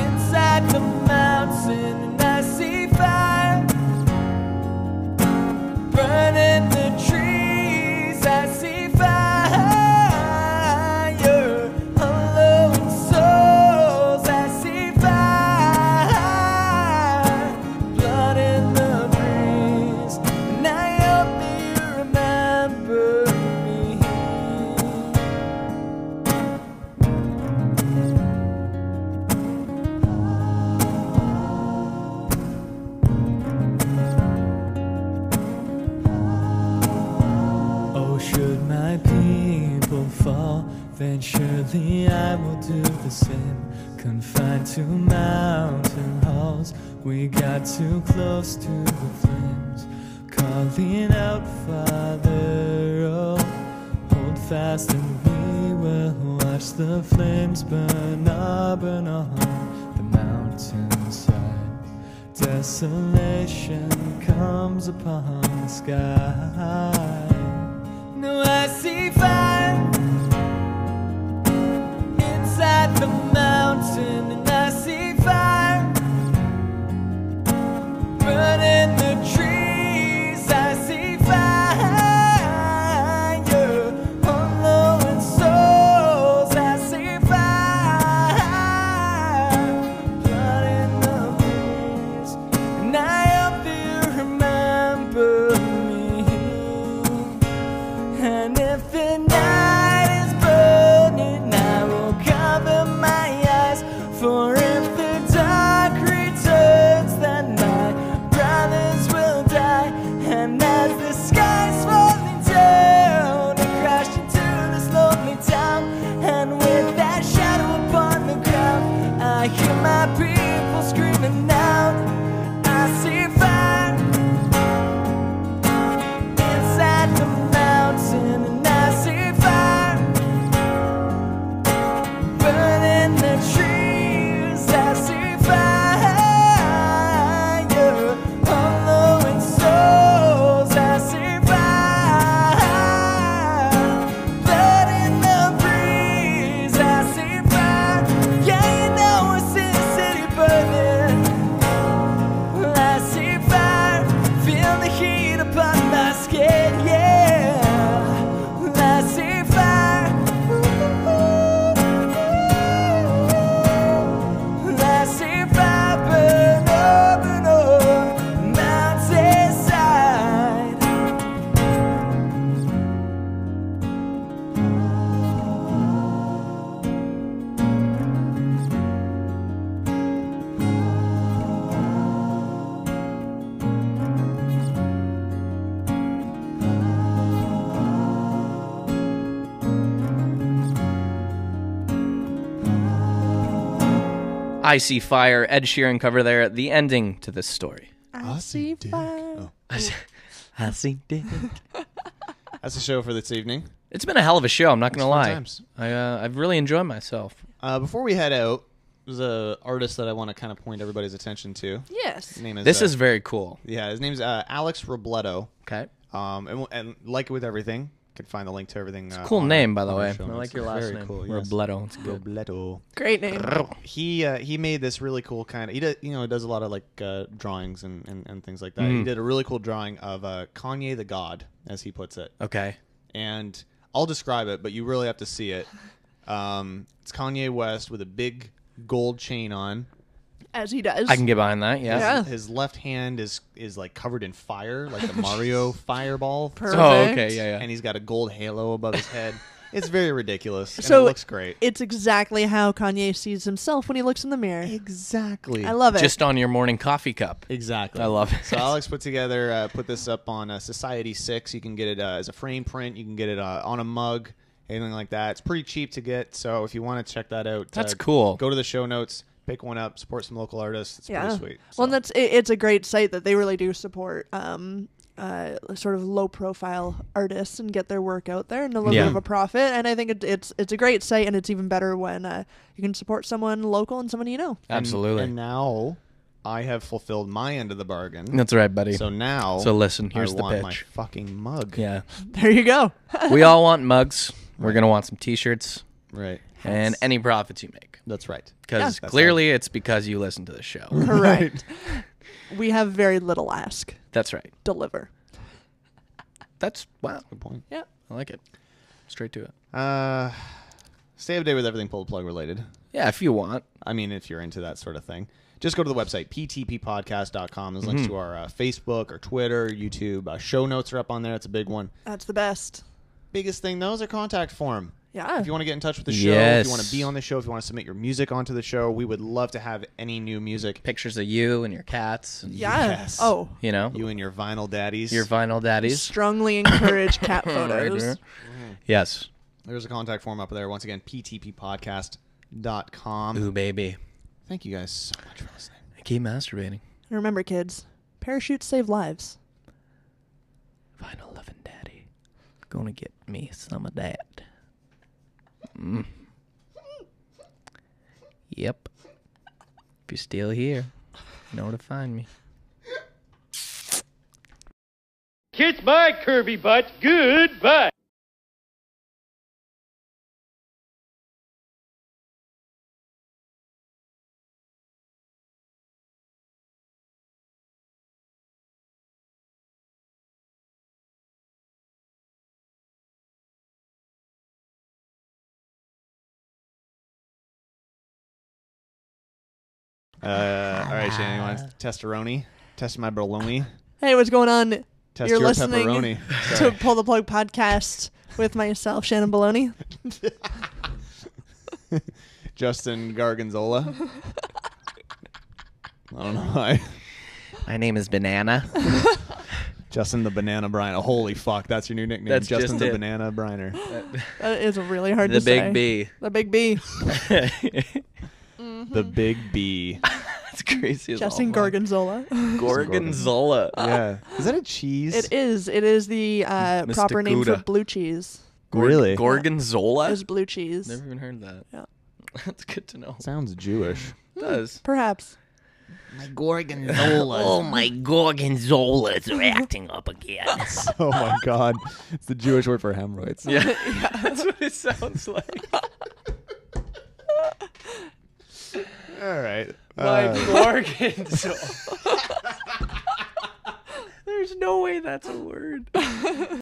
Speaker 6: inside the mountain, and I see fire burning the trees. I see fire alone souls. I see fire blood in the breeze, and I hope you remember me.
Speaker 14: Oh, should my people fall, then surely I will do the same. Confined to mountain halls, we got too close to the flames. Calling out, Father, oh, hold fast and we will watch the flames burn up and on the mountainside. Desolation comes upon the sky.
Speaker 6: No, I see fire inside the mountain, and I see fire burning the trees. I see fire on lowering souls. I see fire blood in the breeze, and I hope you remember me. And if the night is burning, I will cover my eyes. For if the dark returns, then my brothers will die. And as the sky's falling down, it crashed into this lonely town. And with that shadow upon the ground, I hear my people screaming out. I see fire inside the mountain and I see fire burning the trees. I see fire on lowering souls. I see fire blood in the breeze. I see fire. Yeah, you know I see the city burning. Well, I see fire, feel the heat upon my skin, yeah. Well, I see fire. Well, I see fire burn up and up mountainside.
Speaker 2: I see fire. Ed Sheeran cover there. The ending to this story.
Speaker 3: I see fire.
Speaker 2: I see dick.
Speaker 4: That's the show for this evening.
Speaker 2: It's been a hell of a show. I'm not going to
Speaker 4: It's fun
Speaker 2: lie.
Speaker 4: times.
Speaker 2: I uh, I've really enjoyed myself.
Speaker 4: Uh, before we head out, there's a artist that I want to kind of point everybody's attention to.
Speaker 3: Yes.
Speaker 4: His name is.
Speaker 2: This
Speaker 4: uh,
Speaker 2: is very cool.
Speaker 4: Yeah, his name's uh, Alex Robledo.
Speaker 2: Okay.
Speaker 4: Um, and, w- and like with everything, you can find the link to everything. uh, It's
Speaker 2: a cool name, by the way. I like your last
Speaker 4: Very
Speaker 2: name.
Speaker 4: Cool, yes.
Speaker 2: Robledo. It's good.
Speaker 4: Robledo.
Speaker 3: Great name.
Speaker 4: He uh, he made this really cool kind of. He does, you know, he does a lot of like uh, drawings and, and, and things like that. He
Speaker 2: Mm.
Speaker 4: did a really cool drawing of uh, Kanye the God, as he puts it.
Speaker 2: Okay.
Speaker 4: And I'll describe it, but you really have to see it. Um, it's Kanye West with a big gold chain on.
Speaker 3: As he does.
Speaker 2: I can get behind that. Yeah.
Speaker 4: His, his left hand is is like covered in fire, like the Mario fireball.
Speaker 3: Perfect. Oh,
Speaker 2: okay, yeah, yeah.
Speaker 4: And he's got a gold halo above his head. It's very ridiculous. And
Speaker 3: So
Speaker 4: it looks great.
Speaker 3: It's exactly how Kanye sees himself when he looks in the mirror.
Speaker 4: Exactly.
Speaker 3: I love it.
Speaker 2: Just on your morning coffee cup.
Speaker 4: Exactly.
Speaker 2: I love it.
Speaker 4: So Alex put together, uh, put this up on uh, Society Six. You can get it uh, as a frame print. You can get it uh, on a mug, anything like that. It's pretty cheap to get. So if you want to check that out, uh,
Speaker 2: That's cool.
Speaker 4: Go to the show notes, pick one up, support some local artists. It's pretty sweet.
Speaker 3: Well, and that's it, it's a great site that they really do support um, uh, sort of low profile artists and get their work out there and a little
Speaker 2: Yeah.
Speaker 3: bit of a profit. And I think it, it's it's a great site, and it's even better when uh, you can support someone local and someone you know.
Speaker 4: And-
Speaker 2: Absolutely.
Speaker 4: And now I have fulfilled my end of the bargain.
Speaker 2: That's right, buddy.
Speaker 4: So now,
Speaker 2: So listen,
Speaker 4: I
Speaker 2: here's the
Speaker 4: want my
Speaker 2: pitch.
Speaker 4: fucking mug.
Speaker 2: Yeah.
Speaker 3: There you go.
Speaker 2: we all want mugs. We're gonna want some T-shirts.
Speaker 4: Right.
Speaker 2: And any profits you make.
Speaker 4: That's right.
Speaker 3: Yeah.
Speaker 2: Because
Speaker 3: That's
Speaker 2: clearly it's because you listen to the show.
Speaker 3: Correct. we have very little ask.
Speaker 2: That's right.
Speaker 3: Deliver.
Speaker 2: That's wow.
Speaker 4: Good point.
Speaker 3: Yep.
Speaker 2: I like it. Straight to it.
Speaker 4: Uh, stay up to date with everything pull the plug related.
Speaker 2: Yeah, if you want.
Speaker 4: I mean, if you're into that sort of thing. Just go to the website, ptppodcast.com. There's links
Speaker 2: Mhm.
Speaker 4: to our uh, Facebook, our Twitter, YouTube. Uh, show notes are up on there. It's a big one.
Speaker 3: That's the best.
Speaker 4: Biggest thing, though, is our contact form.
Speaker 3: Yeah.
Speaker 4: If you want to get in touch with the show, if
Speaker 2: Yes.
Speaker 4: you want to be on the show, if you want to submit your music onto the show, we would love to have any new music.
Speaker 2: Pictures of you and your cats. And
Speaker 3: Yeah. Oh,
Speaker 2: You know,
Speaker 4: You and your vinyl daddies.
Speaker 2: your vinyl daddies.
Speaker 3: strongly encourage cat
Speaker 2: Right
Speaker 3: photos.
Speaker 2: there.
Speaker 4: Mm.
Speaker 2: Yes.
Speaker 4: There's a contact form up there. Once again, ptppodcast.com.
Speaker 2: Ooh, baby.
Speaker 4: Thank you guys so much for listening.
Speaker 2: I keep masturbating.
Speaker 3: And remember, kids, parachutes save lives.
Speaker 2: Vinyl loving daddy. Gonna get me some of that. Mm. Yep. If you're still here, you know where to find me.
Speaker 15: Kiss my Kirby butt. Goodbye.
Speaker 4: Uh, all right, Shannon, you want to testeroni? Test my baloney?
Speaker 3: Ah. Hey, what's going on?
Speaker 4: Test
Speaker 3: You're
Speaker 4: your
Speaker 3: listening
Speaker 4: pepperoni.
Speaker 3: to
Speaker 4: Sorry.
Speaker 3: Pull the Plug podcast with myself, Shannon Mm-hmm. Baloney.
Speaker 4: Justin Gargonzola. I don't know why.
Speaker 2: My name is Banana.
Speaker 4: Justin the Banana Briner. Holy fuck, that's your new nickname.
Speaker 2: That's
Speaker 4: Justin
Speaker 2: just
Speaker 4: the
Speaker 2: it.
Speaker 4: Banana Briner.
Speaker 3: That is really hard
Speaker 2: The
Speaker 3: to
Speaker 2: big
Speaker 3: say.
Speaker 2: B.
Speaker 3: The big B.
Speaker 4: The Big B.
Speaker 2: That's crazy. as all
Speaker 3: Justin
Speaker 2: fuck.
Speaker 3: Gorgonzola.
Speaker 2: Gorgonzola.
Speaker 4: yeah. Is that a cheese?
Speaker 3: it is. It is the uh,
Speaker 2: Mr.
Speaker 3: proper name for
Speaker 2: Gouda.
Speaker 3: blue cheese.
Speaker 2: Gorg-
Speaker 4: Really?
Speaker 2: Gorgonzola?
Speaker 3: Is blue cheese.
Speaker 2: Never even heard that.
Speaker 3: Yeah.
Speaker 2: That's good to know.
Speaker 4: Sounds Jewish.
Speaker 2: does.
Speaker 3: Perhaps.
Speaker 4: My Gorgonzola.
Speaker 16: Oh, my gorgonzolas are acting up again.
Speaker 4: oh my god. It's the Jewish word for hemorrhoids.
Speaker 2: Yeah. That's what it sounds like.
Speaker 4: All right.
Speaker 2: My
Speaker 4: Uh,
Speaker 2: gorgonzola. There's no way that's a word.